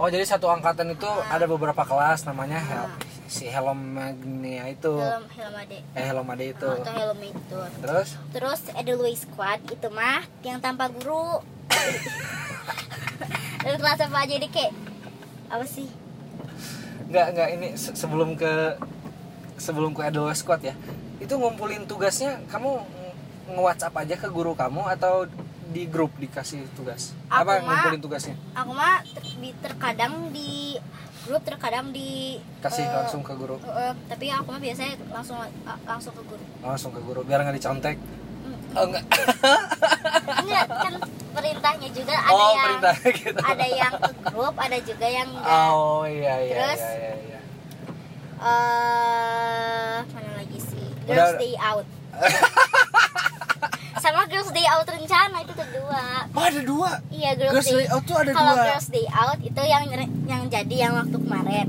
[SPEAKER 1] oh jadi satu angkatan itu
[SPEAKER 2] Ah.
[SPEAKER 1] ada beberapa kelas namanya Hel-
[SPEAKER 2] Ah.
[SPEAKER 1] si Helomagnia itu
[SPEAKER 2] Helm Helmade
[SPEAKER 1] eh Helomade itu
[SPEAKER 2] atau Hello Maid itu.
[SPEAKER 1] terus
[SPEAKER 2] Terus Edelweiss Squad itu mah yang tanpa guru. Dari kelas apa aja deh kek? Apa sih?
[SPEAKER 1] nggak nggak ini se- sebelum ke sebelum ke Edelweiss Squad ya itu ngumpulin tugasnya kamu nge WhatsApp aja ke guru kamu atau di grup dikasih tugas
[SPEAKER 2] Aku
[SPEAKER 1] apa
[SPEAKER 2] mah-
[SPEAKER 1] ngumpulin tugasnya
[SPEAKER 2] Aku mah ter- di- terkadang di grup, terkadang di
[SPEAKER 1] kasih
[SPEAKER 2] eh,
[SPEAKER 1] langsung ke guru
[SPEAKER 2] eh, eh, tapi aku mah biasanya langsung eh, langsung ke guru.
[SPEAKER 1] oh, langsung ke guru biar nggak dicontek
[SPEAKER 2] Mm.
[SPEAKER 1] oh nggak
[SPEAKER 2] Enggak kan perintahnya juga ada ya.
[SPEAKER 1] oh
[SPEAKER 2] yang
[SPEAKER 1] perintah gitu
[SPEAKER 2] ada yang ke grup, ada juga yang enggak.
[SPEAKER 1] oh iya iya
[SPEAKER 2] Terus?
[SPEAKER 1] iya, iya, iya.
[SPEAKER 2] eh mana lagi sih?
[SPEAKER 1] Udah-
[SPEAKER 2] Girls Day Out. Sama Girls Day Out rencana itu kedua.
[SPEAKER 1] oh ada dua
[SPEAKER 2] Iya Girls,
[SPEAKER 1] Girls
[SPEAKER 2] Day.
[SPEAKER 1] Layout tuh ada
[SPEAKER 2] Kalau
[SPEAKER 1] dua
[SPEAKER 2] Girls Day Out itu yang yang jadi yang waktu kemarin.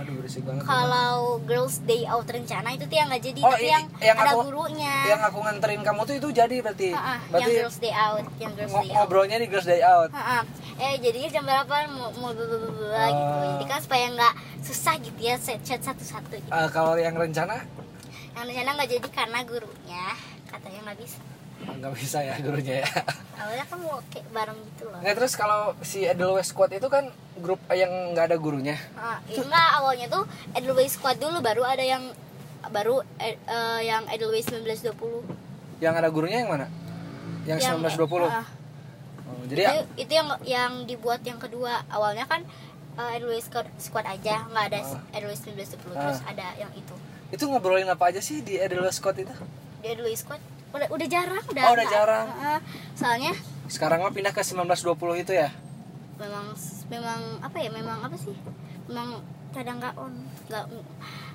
[SPEAKER 1] aduh udah basic banget
[SPEAKER 2] kalau girls day out rencana itu tuh yang nggak jadi
[SPEAKER 1] Oh,
[SPEAKER 2] tapi
[SPEAKER 1] i-
[SPEAKER 2] yang,
[SPEAKER 1] yang
[SPEAKER 2] ada
[SPEAKER 1] aku-
[SPEAKER 2] gurunya
[SPEAKER 1] yang aku nganterin kamu tuh itu jadi berarti
[SPEAKER 2] Ah, ah, yang
[SPEAKER 1] berarti
[SPEAKER 2] girls day out yang girls
[SPEAKER 1] ngo-
[SPEAKER 2] day out
[SPEAKER 1] ngobrolnya di girls day out
[SPEAKER 2] Ha-ha. eh jadinya jam berapa mau mau bla bla bla bla bla gitu
[SPEAKER 1] Ah.
[SPEAKER 2] jadi kan supaya nggak susah gitu ya set- chat satu satu gitu.
[SPEAKER 1] Eh, kalau yang rencana
[SPEAKER 2] yang rencana Anu, nggak jadi karena gurunya katanya nggak bisa
[SPEAKER 1] nggak bisa ya gurunya ya
[SPEAKER 2] awalnya kan mau kayak bareng gitu loh
[SPEAKER 1] nggak terus kalau si Edelweiss Squad itu kan grup yang nggak ada gurunya
[SPEAKER 2] Ah, iya, enggak awalnya tuh Edelweiss Squad dulu baru ada yang baru eh, eh, yang Edelweiss 1920
[SPEAKER 1] yang ada gurunya yang mana yang, 1920
[SPEAKER 2] ah,
[SPEAKER 1] Oh, jadi
[SPEAKER 2] itu, itu yang yang dibuat yang kedua awalnya kan eh, Edelweiss Squad, Squad aja nggak ada
[SPEAKER 1] Ah.
[SPEAKER 2] Edelweiss 1920 terus ada yang itu
[SPEAKER 1] itu ngobrolin apa aja sih di Edelweiss Squad itu
[SPEAKER 2] di Edelweiss Squad udah udah jarang udah
[SPEAKER 1] Oh, udah
[SPEAKER 2] nggak-
[SPEAKER 1] jarang.
[SPEAKER 2] Ah, ah. soalnya
[SPEAKER 1] sekarang mah pindah ke 1920 itu ya
[SPEAKER 2] memang memang apa ya memang apa sih memang kadang nggak on nggak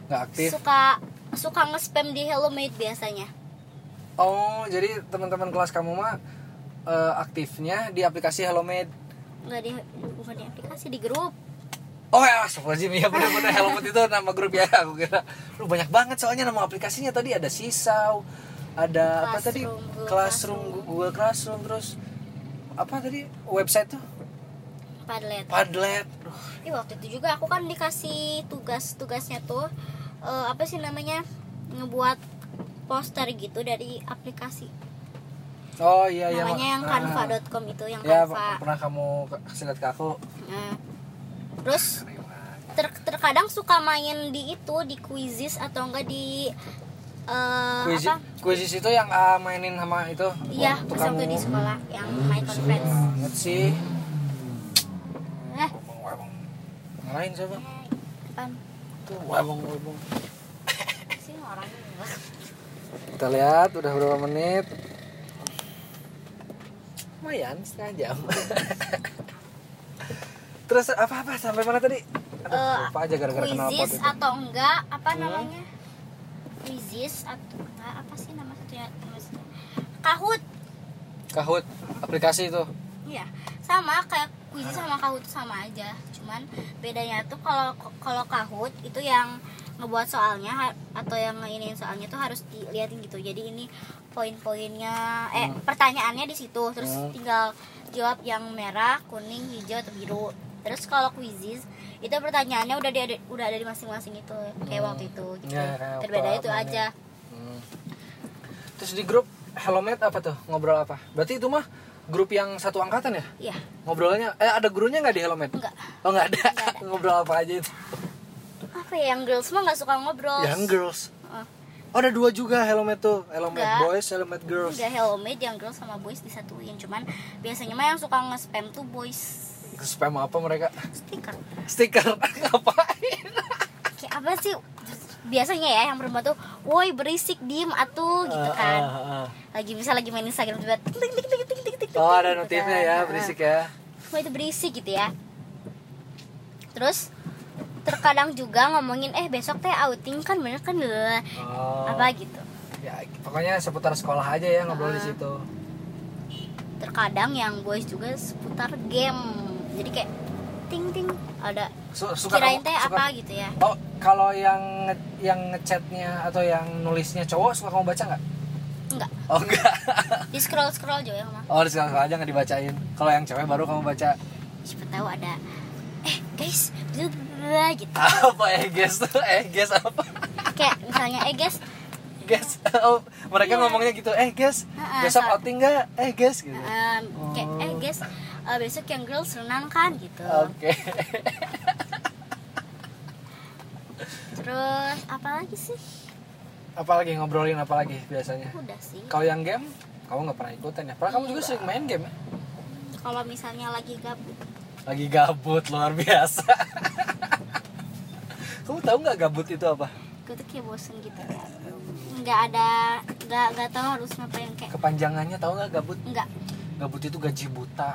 [SPEAKER 1] nggak aktif
[SPEAKER 2] suka suka nge-spam di Hello Mate biasanya
[SPEAKER 1] oh jadi teman-teman kelas kamu mah eh, aktifnya di aplikasi HelloMate
[SPEAKER 2] nggak di bukan di aplikasi di grup
[SPEAKER 1] Oh ya, astagfirullahaladzim ya bener-bener HelloMate itu nama grup ya aku kira. Lu banyak banget soalnya nama aplikasinya tadi ada Sisau, ada apa tadi?
[SPEAKER 2] Classroom, Google
[SPEAKER 1] Classroom, Google Classroom, terus apa tadi website tuh?
[SPEAKER 2] Padlet
[SPEAKER 1] Padlet. Duh,
[SPEAKER 2] Ih, waktu itu juga aku kan dikasih tugas-tugasnya tuh eh, apa sih namanya ngebuat poster gitu dari aplikasi
[SPEAKER 1] Oh iya iya.
[SPEAKER 2] namanya
[SPEAKER 1] Mak.
[SPEAKER 2] yang
[SPEAKER 1] Ah,
[SPEAKER 2] canva.com itu yang
[SPEAKER 1] Ya
[SPEAKER 2] canva
[SPEAKER 1] pernah kamu ke- kasih lihat ke aku.
[SPEAKER 2] Nah, terus ter- terkadang suka main di itu di quizzes atau enggak di eh,
[SPEAKER 1] Quiz,
[SPEAKER 2] apa
[SPEAKER 1] quizzes itu yang ah, mainin sama itu.
[SPEAKER 2] iya
[SPEAKER 1] waktu
[SPEAKER 2] pas waktu di sekolah yang my conference
[SPEAKER 1] Banget sih.
[SPEAKER 2] eh
[SPEAKER 1] Wabong, wabong. Ngalahin siapa?
[SPEAKER 2] apaan
[SPEAKER 1] Tuh, wabong, wabong.
[SPEAKER 2] sih orang ini?
[SPEAKER 1] Kita lihat udah berapa menit. Lumayan setengah jam. Terus apa-apa sampai mana tadi? Aduh,
[SPEAKER 2] Eh,
[SPEAKER 1] lupa aja gara-gara kenal pot
[SPEAKER 2] quizzes
[SPEAKER 1] itu.
[SPEAKER 2] atau enggak apa
[SPEAKER 1] Hmm.
[SPEAKER 2] namanya quizzes atau enggak apa sih nama satunya nama satunya? kahut
[SPEAKER 1] Kahoot, aplikasi itu.
[SPEAKER 2] iya sama kayak quizzes sama kahut tuh sama aja cuman bedanya tuh kalau kalau kahut itu yang ngebuat soalnya ha- atau yang ngeinin soalnya tuh harus dilihatin gitu jadi ini poin-poinnya eh pertanyaannya di situ terus
[SPEAKER 1] Hmm.
[SPEAKER 2] tinggal jawab yang merah kuning hijau atau biru terus kalau quizzes itu pertanyaannya udah di, ada- udah ada di masing-masing itu kayak
[SPEAKER 1] Hmm.
[SPEAKER 2] waktu itu gitu
[SPEAKER 1] Ya, kayak
[SPEAKER 2] terbeda itu
[SPEAKER 1] pengalaman
[SPEAKER 2] aja
[SPEAKER 1] Hmm. Terus di grup Hellomet apa tuh? Ngobrol apa? Berarti itu mah grup yang satu angkatan ya?
[SPEAKER 2] iya
[SPEAKER 1] Ngobrolnya eh ada gurunya nggak di Hellomet?
[SPEAKER 2] enggak
[SPEAKER 1] Oh nggak ada.
[SPEAKER 2] Nggak ada.
[SPEAKER 1] Ngobrol apa aja itu?
[SPEAKER 2] apa ya yang girls mah nggak suka ngobrol Ah.
[SPEAKER 1] Yang girls.
[SPEAKER 2] Heeh.
[SPEAKER 1] Oh, ada dua juga Hellomet tuh. Hellomet
[SPEAKER 2] Nggak.
[SPEAKER 1] boys, Hellomet girls.
[SPEAKER 2] Udah hello made yang girls sama boys disatuin Cuman biasanya mah yang suka nge-spam tuh boys
[SPEAKER 1] Spam apa mereka?
[SPEAKER 2] stiker
[SPEAKER 1] stiker ngapain
[SPEAKER 2] Kayak apa sih Biasanya ya yang perempuan tuh Woi berisik diem
[SPEAKER 1] Ah,
[SPEAKER 2] atuh gitu kan Lagi bisa lagi main Instagram tiba ting ting ting ting ting ting
[SPEAKER 1] oh ada
[SPEAKER 2] gitu
[SPEAKER 1] notifnya
[SPEAKER 2] kan.
[SPEAKER 1] ya
[SPEAKER 2] Ah.
[SPEAKER 1] berisik ya
[SPEAKER 2] Wah itu berisik gitu ya Terus terkadang juga ngomongin eh besok teh outing kan bener kan bleh.
[SPEAKER 1] oh,
[SPEAKER 2] apa gitu
[SPEAKER 1] ya pokoknya seputar sekolah aja ya ngobrol di
[SPEAKER 2] Ah.
[SPEAKER 1] situ
[SPEAKER 2] terkadang yang boys juga seputar game jadi kayak ting ting ada
[SPEAKER 1] Su- suka
[SPEAKER 2] kirain
[SPEAKER 1] kamu-
[SPEAKER 2] teh
[SPEAKER 1] suka-
[SPEAKER 2] apa gitu ya
[SPEAKER 1] oh kalau yang nge- yang ngechatnya atau yang nulisnya cowok suka kamu baca nggak
[SPEAKER 2] enggak
[SPEAKER 1] oh enggak
[SPEAKER 2] di scroll scroll juga mah
[SPEAKER 1] oh di sekolah aja nggak dibacain kalau yang cewek baru kamu baca
[SPEAKER 2] siapa tahu ada eh guys bla, bla, bla, bla, gitu
[SPEAKER 1] apa eh guys tuh eh guys apa
[SPEAKER 2] kayak misalnya eh guys
[SPEAKER 1] guys oh, mereka
[SPEAKER 2] Iya.
[SPEAKER 1] ngomongnya gitu eh guys
[SPEAKER 2] Ah, ah,
[SPEAKER 1] besok
[SPEAKER 2] so-
[SPEAKER 1] outing nggak eh guys gitu
[SPEAKER 2] em, kayak eh guys eh, besok yang girls renang kan gitu
[SPEAKER 1] oke
[SPEAKER 2] terus apa lagi sih
[SPEAKER 1] apalagi ngobrolin apalagi biasanya
[SPEAKER 2] udah sih
[SPEAKER 1] Kalau yang game, kamu nggak pernah ikutan ya? Padahal kamu juga sering main game ya?
[SPEAKER 2] kalau misalnya lagi gabut
[SPEAKER 1] Lagi gabut luar biasa. kamu tahu nggak gabut itu apa?
[SPEAKER 2] gue tuh kayak bosen gitu ya nggak ada nggak nggak tahu harus ngapain kayak
[SPEAKER 1] Kepanjangannya tahu nggak gabut?
[SPEAKER 2] nggak
[SPEAKER 1] Gabut itu gaji buta.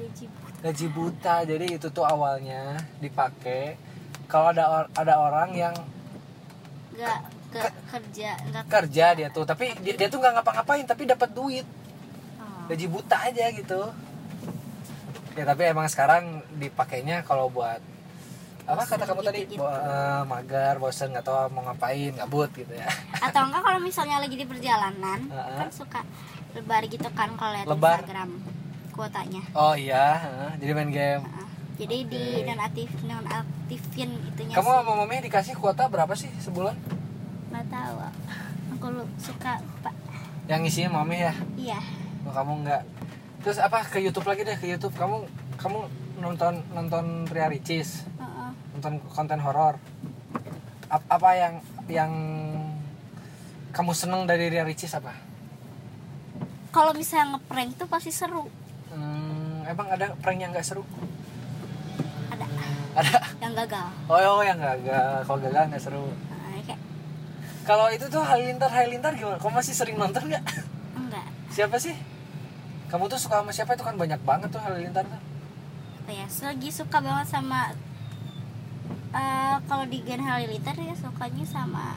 [SPEAKER 2] gaji buta.
[SPEAKER 1] Gaji buta. Jadi itu tuh awalnya dipakai kalau ada or- ada orang yang
[SPEAKER 2] nggak nggak kerja nggak
[SPEAKER 1] kerja dia tuh, tapi dia, dia tuh nggak ngapa-ngapain tapi dapat duit.
[SPEAKER 2] Oh.
[SPEAKER 1] Gaji buta aja gitu. Ya tapi emang sekarang dipakainya kalau buat apa kata kamu tadi
[SPEAKER 2] Gitu-gitu.
[SPEAKER 1] Bo- eh, mager bosen nggak tahu mau ngapain gabut gitu ya
[SPEAKER 2] atau enggak kalau misalnya lagi di perjalanan
[SPEAKER 1] Heeh.
[SPEAKER 2] kan suka lebar gitu kan kalau lihat
[SPEAKER 1] Lebar.
[SPEAKER 2] Instagram kuotanya
[SPEAKER 1] oh iya heeh, jadi main game
[SPEAKER 2] Heeh. jadi di
[SPEAKER 1] Oke.
[SPEAKER 2] nonaktif nonaktifin itunya
[SPEAKER 1] kamu
[SPEAKER 2] sih
[SPEAKER 1] sama mami dikasih kuota berapa sih sebulan
[SPEAKER 2] nggak tahu aku lu suka pak
[SPEAKER 1] yang isinya mami ya
[SPEAKER 2] iya
[SPEAKER 1] Oh, kamu nggak terus apa ke YouTube lagi deh ke YouTube kamu kamu nonton nonton Ria Ricis
[SPEAKER 2] Heeh.
[SPEAKER 1] nonton konten horor Ap- apa yang yang kamu seneng dari Ria Ricis apa
[SPEAKER 2] kalau misalnya ngeprank tuh pasti seru
[SPEAKER 1] Hmm, emang ada prank yang nggak seru
[SPEAKER 2] ada
[SPEAKER 1] ada
[SPEAKER 2] yang gagal
[SPEAKER 1] oh, oh yang gagal kalau gagal nggak seru
[SPEAKER 2] Heeh, kayak
[SPEAKER 1] kalau itu tuh Halilintar Halilintar gimana kamu masih sering nonton nggak
[SPEAKER 2] enggak
[SPEAKER 1] siapa sih kamu tuh suka sama siapa itu kan banyak banget tuh Halilintar tuh
[SPEAKER 2] apa ya lagi suka banget sama eh, kalau di Gen Halilintar ya sukanya sama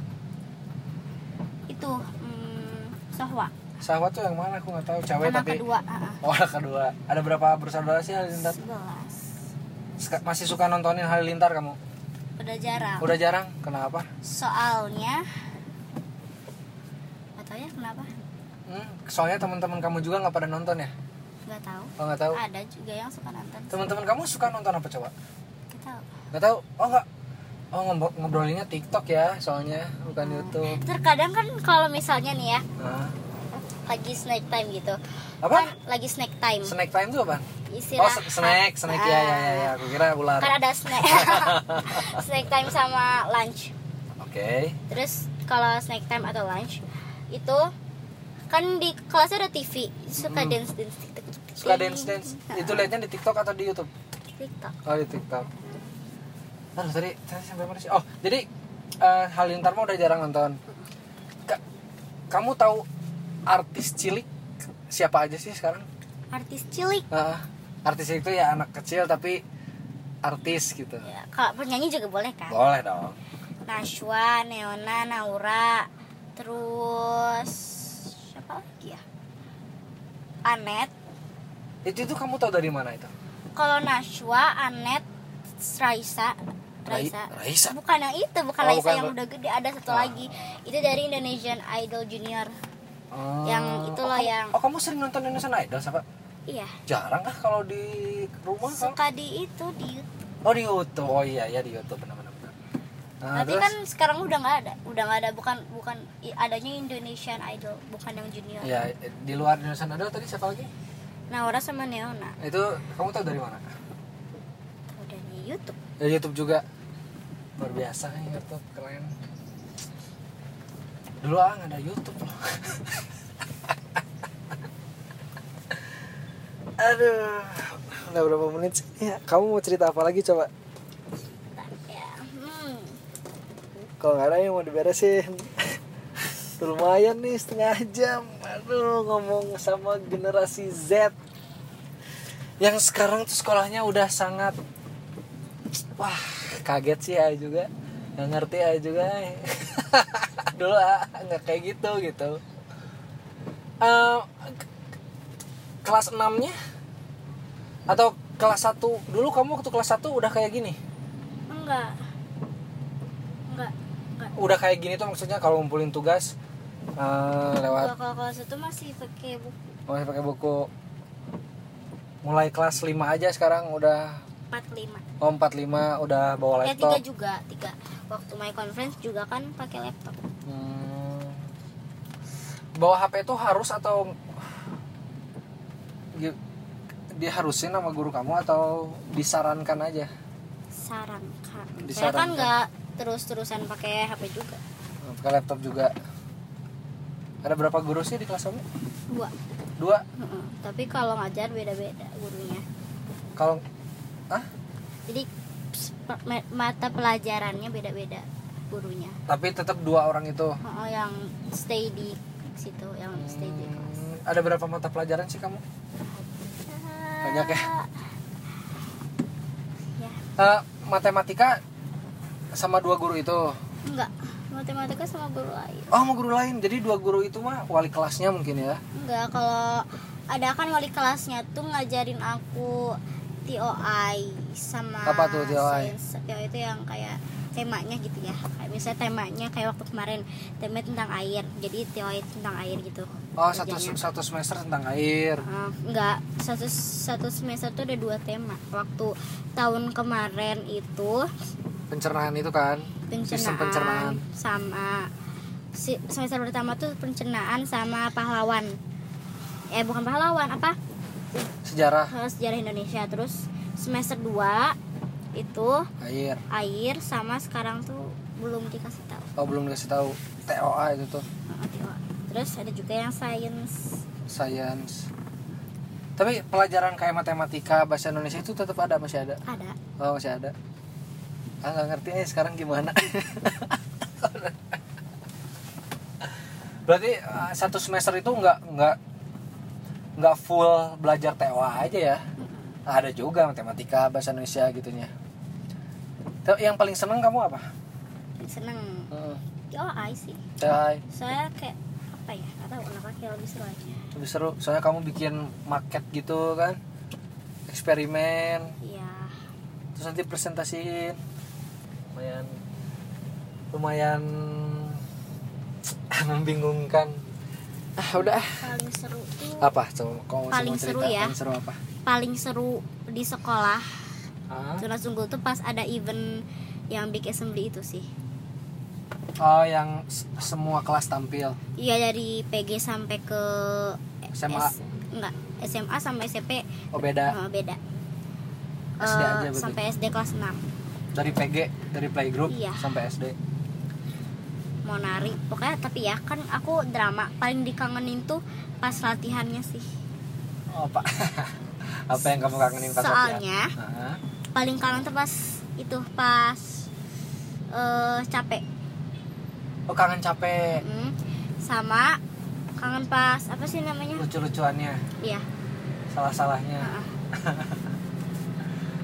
[SPEAKER 2] itu hmm, Sohwa
[SPEAKER 1] sahabat tuh yang mana aku nggak tahu cewek
[SPEAKER 2] anak
[SPEAKER 1] tapi
[SPEAKER 2] kedua ah, heeh.
[SPEAKER 1] Oh, anak kedua. Ada berapa bersaudara sih Halilintar?
[SPEAKER 2] sebelas
[SPEAKER 1] Sek- Masih suka nontonin Halilintar kamu?
[SPEAKER 2] udah jarang
[SPEAKER 1] Udah jarang. Kenapa?
[SPEAKER 2] soalnya nggak tahu ya kenapa
[SPEAKER 1] Hmm, soalnya teman-teman kamu juga nggak pada nonton ya?
[SPEAKER 2] nggak tahu
[SPEAKER 1] Oh, nggak tahu.
[SPEAKER 2] ada juga yang suka nonton
[SPEAKER 1] Teman-teman kamu suka nonton apa coba?
[SPEAKER 2] nggak tahu
[SPEAKER 1] Nggak tahu. Oh, nggak. Oh, ngob- ngobrolinnya TikTok ya, soalnya bukan YouTube.
[SPEAKER 2] terkadang kan kalau misalnya nih ya
[SPEAKER 1] Nah,
[SPEAKER 2] lagi snack time gitu kan
[SPEAKER 1] apa?
[SPEAKER 2] lagi snack time
[SPEAKER 1] Snack time tuh apa? Oh,
[SPEAKER 2] istirahat
[SPEAKER 1] se- snack, snack ya, ya, ya, ya. Aku kira ular.
[SPEAKER 2] kan ada snack snack time sama lunch
[SPEAKER 1] Oke.
[SPEAKER 2] terus kalau snack time atau lunch itu kan di kelasnya ada TV suka
[SPEAKER 1] Hmm.
[SPEAKER 2] dance dance tiktok
[SPEAKER 1] Suka dance dance.
[SPEAKER 2] Iya.
[SPEAKER 1] Itu liatnya di TikTok atau di YouTube?
[SPEAKER 2] tiktok
[SPEAKER 1] Oh di TikTok. Aduh tadi tadi sampai mana sih? Oh jadi eh, Halilintar mah udah jarang nonton. Ka- kamu tahu artis cilik siapa aja sih sekarang?
[SPEAKER 2] artis cilik
[SPEAKER 1] Eh, artis itu ya anak kecil tapi artis gitu.
[SPEAKER 2] ya, kalau penyanyi juga boleh kan
[SPEAKER 1] Boleh dong.
[SPEAKER 2] Nashwa Neona Naura terus siapa lagi ya Anet
[SPEAKER 1] Itu itu kamu tahu dari mana itu?
[SPEAKER 2] kalau Nashwa Anet Raisa
[SPEAKER 1] Rai-
[SPEAKER 2] Raisa
[SPEAKER 1] Raisa.
[SPEAKER 2] bukan yang itu bukan
[SPEAKER 1] Oh,
[SPEAKER 2] Raisa
[SPEAKER 1] bukan,
[SPEAKER 2] yang
[SPEAKER 1] Bu.
[SPEAKER 2] udah gede ada satu
[SPEAKER 1] Ah.
[SPEAKER 2] lagi itu dari Indonesian Idol Junior
[SPEAKER 1] Oh,
[SPEAKER 2] Yang itu
[SPEAKER 1] oh,
[SPEAKER 2] loh,
[SPEAKER 1] kamu-
[SPEAKER 2] yang-
[SPEAKER 1] Oh kamu sering nonton Indonesian Idol siapa?
[SPEAKER 2] iya
[SPEAKER 1] Jarang ah kalau di rumah kamu?
[SPEAKER 2] suka di itu di YouTube
[SPEAKER 1] Oh di YouTube. Oh iya ya di YouTube benar-benar. benar. Nah,
[SPEAKER 2] tapi kan sekarang udah nggak ada udah nggak ada bukan bukan i- adanya Indonesian Idol bukan yang Junior
[SPEAKER 1] ya di luar Indonesian Idol tadi siapa lagi?
[SPEAKER 2] Naura sama Neona
[SPEAKER 1] itu kamu tahu dari mana
[SPEAKER 2] Tahu dari YouTube
[SPEAKER 1] dari Ya, YouTube juga luar biasa ya YouTube keren dulu ah nggak ada YouTube loh aduh udah berapa menit sih ya, kamu mau cerita apa lagi coba
[SPEAKER 2] Bentar, ya hmm.
[SPEAKER 1] kalau nggak ada yang mau diberesin Udah lumayan nih setengah jam aduh ngomong sama generasi Z yang sekarang tuh sekolahnya udah sangat wah kaget sih ya juga nggak ngerti ya juga dulu ah, nggak kayak gitu gitu Eh, ke- kelas 6 nya atau kelas 1 dulu kamu waktu kelas 1 udah kayak gini
[SPEAKER 2] enggak enggak enggak
[SPEAKER 1] udah kayak gini tuh maksudnya kalau ngumpulin tugas eh,
[SPEAKER 2] kalau
[SPEAKER 1] lewat
[SPEAKER 2] kalau kelas itu masih pakai buku
[SPEAKER 1] masih pakai buku mulai kelas 5 aja sekarang udah
[SPEAKER 2] 45
[SPEAKER 1] oh, 45 udah bawa
[SPEAKER 2] ya tiga
[SPEAKER 1] laptop
[SPEAKER 2] juga tiga waktu my conference juga kan pakai laptop
[SPEAKER 1] Hmm. bawa HP itu harus atau Gi- diharusin sama guru kamu atau disarankan aja
[SPEAKER 2] sarankan saya
[SPEAKER 1] Disarankan.
[SPEAKER 2] kan nggak terus terusan pakai hp juga
[SPEAKER 1] pakai laptop juga ada berapa guru sih di kelas kamu
[SPEAKER 2] dua
[SPEAKER 1] dua
[SPEAKER 2] Mm-mm. tapi kalau ngajar beda beda gurunya
[SPEAKER 1] kalau ah
[SPEAKER 2] jadi ps- pe- me- mata pelajarannya beda beda gurunya
[SPEAKER 1] tapi tetap dua orang itu
[SPEAKER 2] oh yang stay di situ yang stay di kelas Eh,
[SPEAKER 1] Hmm, ada berapa mata pelajaran sih kamu?
[SPEAKER 2] Hmm.
[SPEAKER 1] Banyak ya?
[SPEAKER 2] ya
[SPEAKER 1] Eh, matematika sama dua guru itu.
[SPEAKER 2] enggak matematika sama guru lain
[SPEAKER 1] Oh, sama guru lain. Jadi dua guru itu mah wali kelasnya mungkin ya.
[SPEAKER 2] Enggak, kalau ada kan wali kelasnya tuh ngajarin aku TOI sama
[SPEAKER 1] Apa tuh, DIY?
[SPEAKER 2] sains ya itu yang kayak temanya gitu ya kayak misalnya temanya kayak waktu kemarin temanya tentang air jadi TOI tentang air gitu
[SPEAKER 1] Oh satu
[SPEAKER 2] kerjanya.
[SPEAKER 1] satu semester tentang air.
[SPEAKER 2] Eh, enggak satu satu semester tuh ada dua tema waktu tahun kemarin itu
[SPEAKER 1] Pencernaan itu kan. Sistem
[SPEAKER 2] pencernaan,
[SPEAKER 1] pencernaan.
[SPEAKER 2] sama si- semester pertama tuh pencernaan sama pahlawan eh bukan pahlawan apa
[SPEAKER 1] Sejarah
[SPEAKER 2] Eh, sejarah Indonesia terus semester 2 itu
[SPEAKER 1] air.
[SPEAKER 2] air sama sekarang tuh belum dikasih tahu
[SPEAKER 1] Oh belum dikasih tahu TOA itu tuh
[SPEAKER 2] Heeh, Dewa. terus ada juga yang sains
[SPEAKER 1] science. Tapi pelajaran kayak matematika, bahasa Indonesia itu tetap ada masih ada.
[SPEAKER 2] ada
[SPEAKER 1] Oh masih ada. Ah nggak ngerti eh sekarang gimana. Berarti eh, satu semester itu nggak nggak nggak full belajar TOA aja ya. Ada juga matematika, bahasa Indonesia gitunya. Tuh, Yang paling seneng kamu apa?
[SPEAKER 2] seneng
[SPEAKER 1] Hmm,
[SPEAKER 2] TOI sih
[SPEAKER 1] Cai,
[SPEAKER 2] saya kayak apa ya nggak tahu kenapa kayak lebih seru aja
[SPEAKER 1] lebih seru. Soalnya kamu bikin market gitu kan, eksperimen,
[SPEAKER 2] iya
[SPEAKER 1] terus nanti presentasiin lumayan lumayan membingungkan ah udah ah.
[SPEAKER 2] Eh. paling seru tuh
[SPEAKER 1] apa coba kamu masih
[SPEAKER 2] Paling
[SPEAKER 1] mau cerita
[SPEAKER 2] seru ya.
[SPEAKER 1] paling seru apa
[SPEAKER 2] paling seru di sekolah
[SPEAKER 1] Hah?
[SPEAKER 2] tunas unggul tuh pas ada event yang big assembly itu sih
[SPEAKER 1] oh yang s- semua kelas tampil
[SPEAKER 2] iya dari PG sampai ke
[SPEAKER 1] SMA.
[SPEAKER 2] enggak SMA sama SMP
[SPEAKER 1] oh beda
[SPEAKER 2] eh, beda
[SPEAKER 1] SD
[SPEAKER 2] Eh,
[SPEAKER 1] aja berarti.
[SPEAKER 2] sampai SD kelas 6
[SPEAKER 1] dari PG dari playgroup
[SPEAKER 2] Iya.
[SPEAKER 1] sampai SD
[SPEAKER 2] mau nari pokoknya tapi ya kan aku drama paling dikangenin tuh pas latihannya sih
[SPEAKER 1] oh pak apa yang kamu kangenin pas
[SPEAKER 2] Soalnya,
[SPEAKER 1] latihan? Hah?
[SPEAKER 2] paling kangen tuh pas itu pas eh capek
[SPEAKER 1] oh kangen capek
[SPEAKER 2] Mm. sama kangen pas apa sih namanya
[SPEAKER 1] lucu-lucuannya
[SPEAKER 2] iya
[SPEAKER 1] salah-salahnya
[SPEAKER 2] heeh.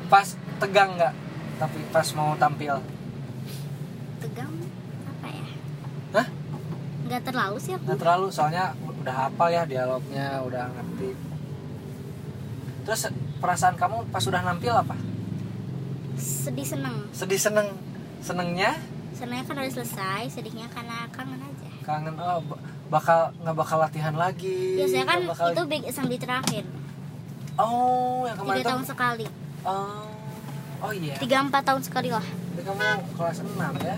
[SPEAKER 1] pas tegang nggak tapi pas mau tampil
[SPEAKER 2] tegang apa ya
[SPEAKER 1] Hah?
[SPEAKER 2] nggak terlalu sih
[SPEAKER 1] nggak
[SPEAKER 2] aku
[SPEAKER 1] terlalu soalnya udah hafal ya dialognya udah ngerti terus perasaan kamu pas udah nampil apa
[SPEAKER 2] sedih seneng
[SPEAKER 1] sedih seneng senengnya
[SPEAKER 2] senengnya kan udah selesai sedihnya karena kangen aja
[SPEAKER 1] kangen oh ba- bakal nggak bakal latihan lagi
[SPEAKER 2] biasanya kan
[SPEAKER 1] Iya, nggak bakal-
[SPEAKER 2] itu big assembly terakhir
[SPEAKER 1] oh yang
[SPEAKER 2] tiga
[SPEAKER 1] kemarin tuh
[SPEAKER 2] tahun sekali
[SPEAKER 1] oh oh iya
[SPEAKER 2] tiga empat tahun sekali lah
[SPEAKER 1] Berarti kamu kelas 6 ya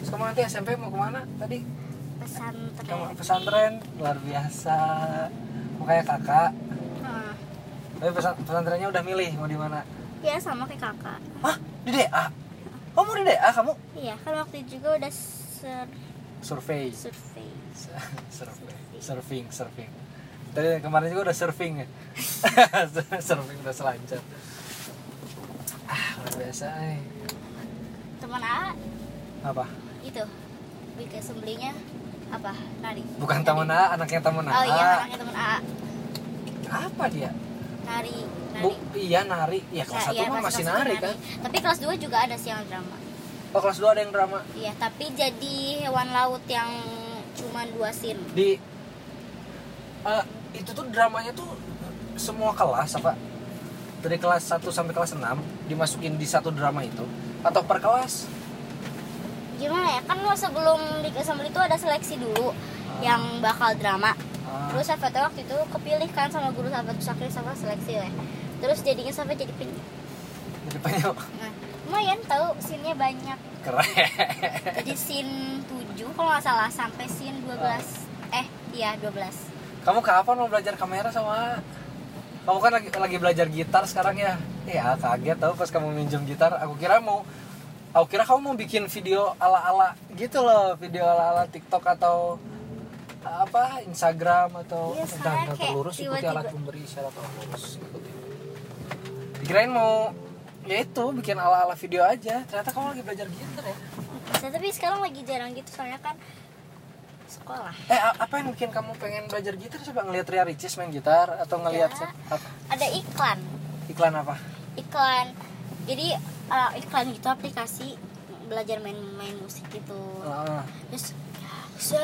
[SPEAKER 1] terus kamu nanti SMP mau kemana tadi
[SPEAKER 2] pesan
[SPEAKER 1] kamu
[SPEAKER 2] terakhir
[SPEAKER 1] pesantren luar biasa kamu kayak kakak
[SPEAKER 2] Heeh.
[SPEAKER 1] tapi pesan- pesantrennya udah milih mau di mana
[SPEAKER 2] ya sama kayak kakak
[SPEAKER 1] Hah? Di DA? Oh mau di DA kamu?
[SPEAKER 2] iya kan waktu itu juga udah ser
[SPEAKER 1] Survei
[SPEAKER 2] survei
[SPEAKER 1] Survei Surfing, surfing Tadi kemarin juga udah surfing ya Surfing udah selancar Ah luar biasa eh.
[SPEAKER 2] teman A
[SPEAKER 1] Apa?
[SPEAKER 2] itu big assembly-nya apa nari
[SPEAKER 1] Bukan temen A, anaknya temen A
[SPEAKER 2] oh iya anaknya teman A
[SPEAKER 1] Apa dia?
[SPEAKER 2] nari nari
[SPEAKER 1] Bu, iya nari Ya kelas
[SPEAKER 2] Nah,
[SPEAKER 1] 1
[SPEAKER 2] iya,
[SPEAKER 1] mah
[SPEAKER 2] kelas
[SPEAKER 1] masih
[SPEAKER 2] satu
[SPEAKER 1] nari kan
[SPEAKER 2] tapi kelas 2 juga ada sih yang drama
[SPEAKER 1] Oh kelas 2 ada yang drama
[SPEAKER 2] iya tapi jadi hewan laut yang cuma dua scene
[SPEAKER 1] Di eh, Itu tuh dramanya tuh semua kelas apa? Dari kelas 1 sampai kelas 6 Dimasukin di satu drama itu Atau per kelas?
[SPEAKER 2] gimana ya kan lo sebelum di assembly itu ada seleksi dulu yang bakal drama
[SPEAKER 1] Ah.
[SPEAKER 2] terus Safatnya waktu itu kepilih kan sama guru Safat Sakri sama seleksi lah terus jadinya Safat jadi pin
[SPEAKER 1] Jadi banyak
[SPEAKER 2] nah, lumayan tahu scene-nya banyak
[SPEAKER 1] keren.
[SPEAKER 2] jadi scene 7 kalau nggak salah sampai scene 12 eh iya 12
[SPEAKER 1] Kamu kapan mau belajar kamera sama? Kamu kan lagi lagi belajar gitar sekarang ya? Iya kaget tau pas kamu minjem gitar. Aku kira mau, aku kira kamu mau bikin video ala-ala gitu loh, video ala-ala TikTok atau apa Instagram atau
[SPEAKER 2] Iya,
[SPEAKER 1] Udah,
[SPEAKER 2] soalnya
[SPEAKER 1] nggak
[SPEAKER 2] kayak
[SPEAKER 1] terlurus ikuti
[SPEAKER 2] tiba-tiba-
[SPEAKER 1] alat pemberi syarat orang lurus ikuti. Dikirain mau ya itu bikin ala-ala video aja. Ternyata kamu lagi belajar gitar ya?
[SPEAKER 2] Nah, tapi sekarang lagi jarang gitu soalnya kan sekolah
[SPEAKER 1] Eh a- apa yang bikin kamu pengen belajar gitar? Coba ngelihat Ria Ricis main gitar atau ngelihat
[SPEAKER 2] Enggak.
[SPEAKER 1] siapa- apa?
[SPEAKER 2] ada iklan
[SPEAKER 1] iklan apa?
[SPEAKER 2] iklan jadi eh, iklan gitu aplikasi belajar main main musik gitu
[SPEAKER 1] Ah,
[SPEAKER 2] terus se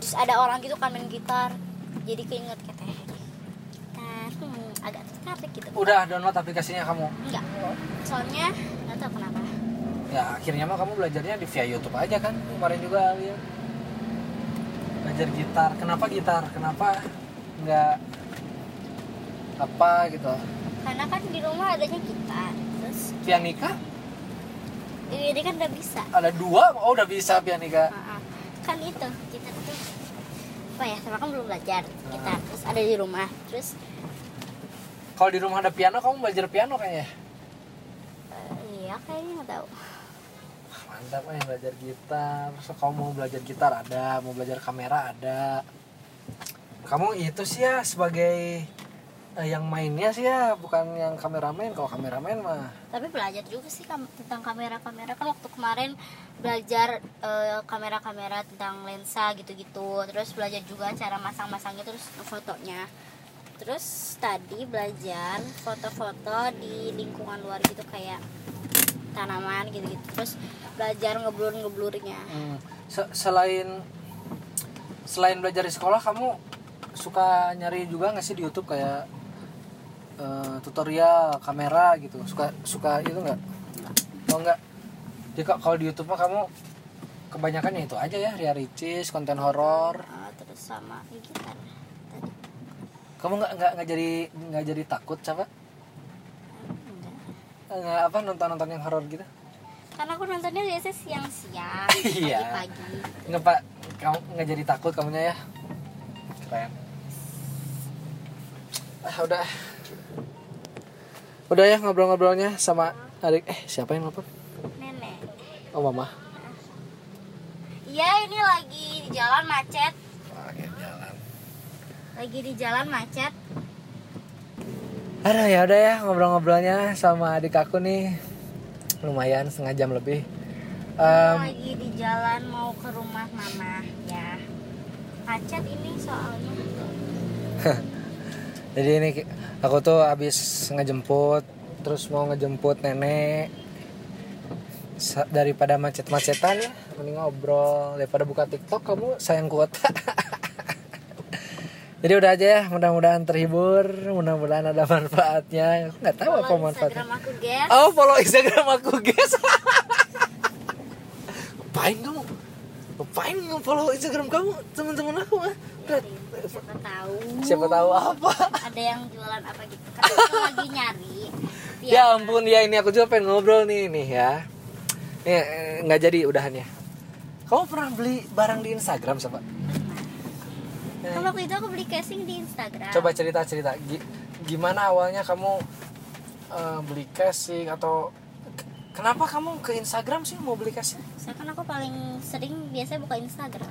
[SPEAKER 2] terus ada orang gitu kan main gitar jadi keinget kata gitar hmm, agak tertarik gitu
[SPEAKER 1] Udah download aplikasinya kamu.
[SPEAKER 2] enggak soalnya nggak tahu kenapa
[SPEAKER 1] Ya akhirnya mah kamu belajarnya di via YouTube aja kan kemarin juga lihat. Belajar gitar. Kenapa gitar? Kenapa nggak apa gitu?
[SPEAKER 2] karena kan di rumah adanya gitar terus
[SPEAKER 1] Pianika?
[SPEAKER 2] ini kan udah bisa
[SPEAKER 1] Ada dua? Oh udah bisa pianika.
[SPEAKER 2] Heeh. kan itu gitar itu apa ya sama kan belum belajar gitar terus ada di rumah terus
[SPEAKER 1] Kalau di rumah ada piano, kamu belajar piano kayaknya.
[SPEAKER 2] eh, iya kayaknya nggak tahu
[SPEAKER 1] Mantap eh belajar gitar. So, kamu mau belajar gitar ada, mau belajar kamera ada. Kamu itu sih ya sebagai eh, yang mainnya sih ya, bukan yang kameramen. Kalau kameramen mah
[SPEAKER 2] tapi belajar juga sih kam- tentang kamera-kamera kan waktu kemarin belajar eh, kamera-kamera tentang lensa gitu-gitu terus belajar juga cara masang-masangnya terus fotonya terus tadi belajar foto-foto di lingkungan luar gitu kayak tanaman gitu-gitu terus belajar ngeblur-ngeblurnya
[SPEAKER 1] hmm, se- selain selain belajar di sekolah, kamu suka nyari juga nggak sih di YouTube kayak eh, tutorial kamera gitu? Suka suka itu nggak? Oh enggak. Jadi kok kalau di YouTube mah kamu kebanyakan ya itu aja ya, Ria Ricis, konten horor.
[SPEAKER 2] Eh, terus sama ya, gitar tadi kan?
[SPEAKER 1] Kamu nggak nggak nggak jadi nggak jadi takut coba?
[SPEAKER 2] enggak
[SPEAKER 1] Nggak apa nonton-nonton yang horor gitu?
[SPEAKER 2] karena aku nontonnya biasanya siang-siang
[SPEAKER 1] Iya.
[SPEAKER 2] pagi-pagi
[SPEAKER 1] Nggak pak, kamu nggak jadi takut kamunya ya? Keren. Ah udah, udah ya ngobrol-ngobrolnya sama adik. Eh siapa yang nelfon?
[SPEAKER 2] nenek
[SPEAKER 1] Oh mama.
[SPEAKER 2] Iya ini lagi di jalan macet
[SPEAKER 1] jalan.
[SPEAKER 2] Lagi di jalan macet
[SPEAKER 1] Aduh ya udah ya ngobrol-ngobrolnya sama adik aku nih lumayan setengah jam lebih.
[SPEAKER 2] Ini
[SPEAKER 1] Em,
[SPEAKER 2] Lagi di jalan mau ke rumah mama ya Macet ini soalnya
[SPEAKER 1] Jadi ini ki- aku tuh habis ngejemput, terus mau ngejemput nenek. Sa- daripada macet-macetan ya, mending ngobrol daripada buka TikTok kamu sayang kuota. Jadi udah aja ya, mudah-mudahan terhibur, mudah-mudahan ada manfaatnya. Aku nggak tahu apa
[SPEAKER 2] Follow
[SPEAKER 1] manfaatnya.
[SPEAKER 2] Instagram aku guys
[SPEAKER 1] Oh, follow Instagram aku, guys. Ngapain kamu? Ngapain follow Instagram kamu, teman-teman aku? ah?
[SPEAKER 2] Siapa tahu
[SPEAKER 1] Siapa tahu apa?
[SPEAKER 2] Ada yang jualan apa gitu Karena aku lagi nyari Iya. biar-
[SPEAKER 1] Ya ampun ya ini aku juga pengen ngobrol nih nih ya. Nih, eh, nggak jadi udahannya. Kamu pernah beli barang di Instagram siapa?
[SPEAKER 2] Kalau waktu itu aku beli casing di Instagram
[SPEAKER 1] Coba cerita cerita. Gi- Gimana awalnya kamu eh, beli casing atau ke- kenapa kamu ke Instagram sih mau beli casing?
[SPEAKER 2] Saya kan aku paling sering biasanya buka Instagram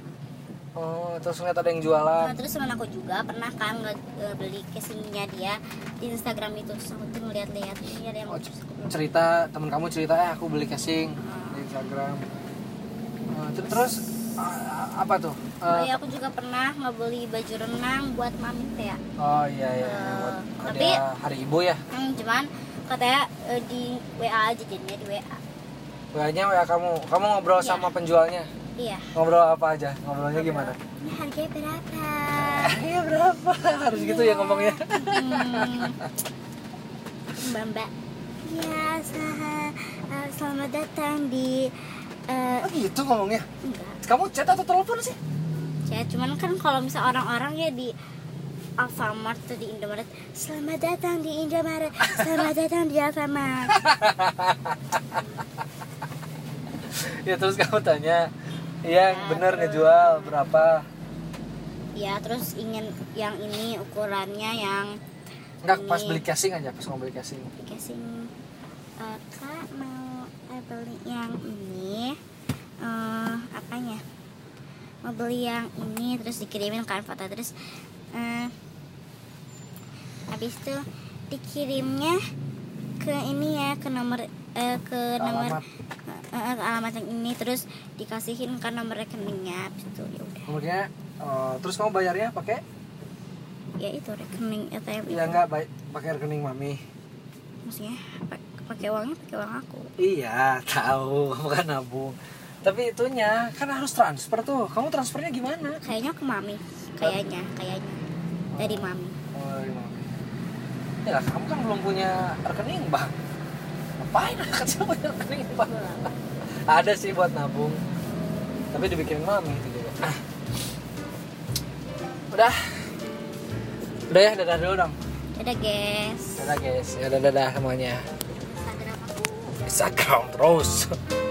[SPEAKER 1] Oh terus ngeliat ada yang
[SPEAKER 2] Nah,
[SPEAKER 1] jualan.
[SPEAKER 2] terus teman aku juga pernah kan nge- e, beli casingnya dia di Instagram itu terus aku tuh ngeliat-liat ini ada yang
[SPEAKER 1] Oh, c-
[SPEAKER 2] lucu terus aku bilang,
[SPEAKER 1] cerita teman kamu cerita eh aku beli casing di Instagram. Eh, ter- terus eh, apa tuh?
[SPEAKER 2] Oh
[SPEAKER 1] Eh,
[SPEAKER 2] iya, aku juga pernah ngebeli baju renang buat mami teh.
[SPEAKER 1] oh iya iya.
[SPEAKER 2] Eh,
[SPEAKER 1] Buat
[SPEAKER 2] tapi-
[SPEAKER 1] hadiah hari ibu ya.
[SPEAKER 2] Hmm, cuman katanya e, di WA aja jadinya di WA.
[SPEAKER 1] WA-nya WA kamu. Kamu ngobrol
[SPEAKER 2] Iya.
[SPEAKER 1] sama penjualnya.
[SPEAKER 2] Iya.
[SPEAKER 1] Ngobrol apa aja? Ngobrolnya gimana?
[SPEAKER 2] Ini harganya berapa?
[SPEAKER 1] Iya berapa? Harus gitu ya ngomongnya.
[SPEAKER 2] Hmm. Mbak Mbak. Iya, sah- eh, selamat datang di eh,
[SPEAKER 1] Oh gitu ngomongnya.
[SPEAKER 2] enggak.
[SPEAKER 1] Kamu chat atau telepon sih?
[SPEAKER 2] Ya, cuman kan kalau misal orang-orang ya di Alfamart atau di Indomaret Selamat datang di Indomaret Selamat datang di Alfamart
[SPEAKER 1] Ya terus kamu tanya. Iya
[SPEAKER 2] Ya,
[SPEAKER 1] bener
[SPEAKER 2] terus.
[SPEAKER 1] ngejual berapa?
[SPEAKER 2] Ya terus ingin yang ini ukurannya yang
[SPEAKER 1] Enggak pas
[SPEAKER 2] Ini.
[SPEAKER 1] beli casing aja pas mau beli casing.
[SPEAKER 2] dikasih "Eh, Kak mau eh, beli yang ini eh Apanya Mau beli yang ini terus dikirimin kan foto terus eh Habis itu dikirimnya ke ini ya ke nomor eh,
[SPEAKER 1] Iya,
[SPEAKER 2] ke nomor
[SPEAKER 1] Alamat.
[SPEAKER 2] eh, eh, ke alamat yang ini terus dikasihin kan nomor rekeningnya habis itu ya udah
[SPEAKER 1] Kemudian eh, terus kamu bayarnya pakai?
[SPEAKER 2] ya itu rekening ATM itu
[SPEAKER 1] Ya enggak baik pakai rekening mami.
[SPEAKER 2] maksudnya pak- pakai uangnya pakai uang aku
[SPEAKER 1] Iya tahu kamu kan nabung. Tapi itunya kan harus transfer tuh. Kamu transfernya gimana?
[SPEAKER 2] kayaknya ke mami kayaknya kayaknya dari mami
[SPEAKER 1] Oh, iya. gini lah kamu kan belum punya rekening bank ngapain anak kecil punya rekening bank ada sih buat nabung tapi dibikin mami itu juga Ah. udah udah ya dadah dulu dong
[SPEAKER 2] Dadah guys.
[SPEAKER 1] dadah guys ya dadah dadah semuanya
[SPEAKER 2] Instagram aku.
[SPEAKER 1] Instagram terus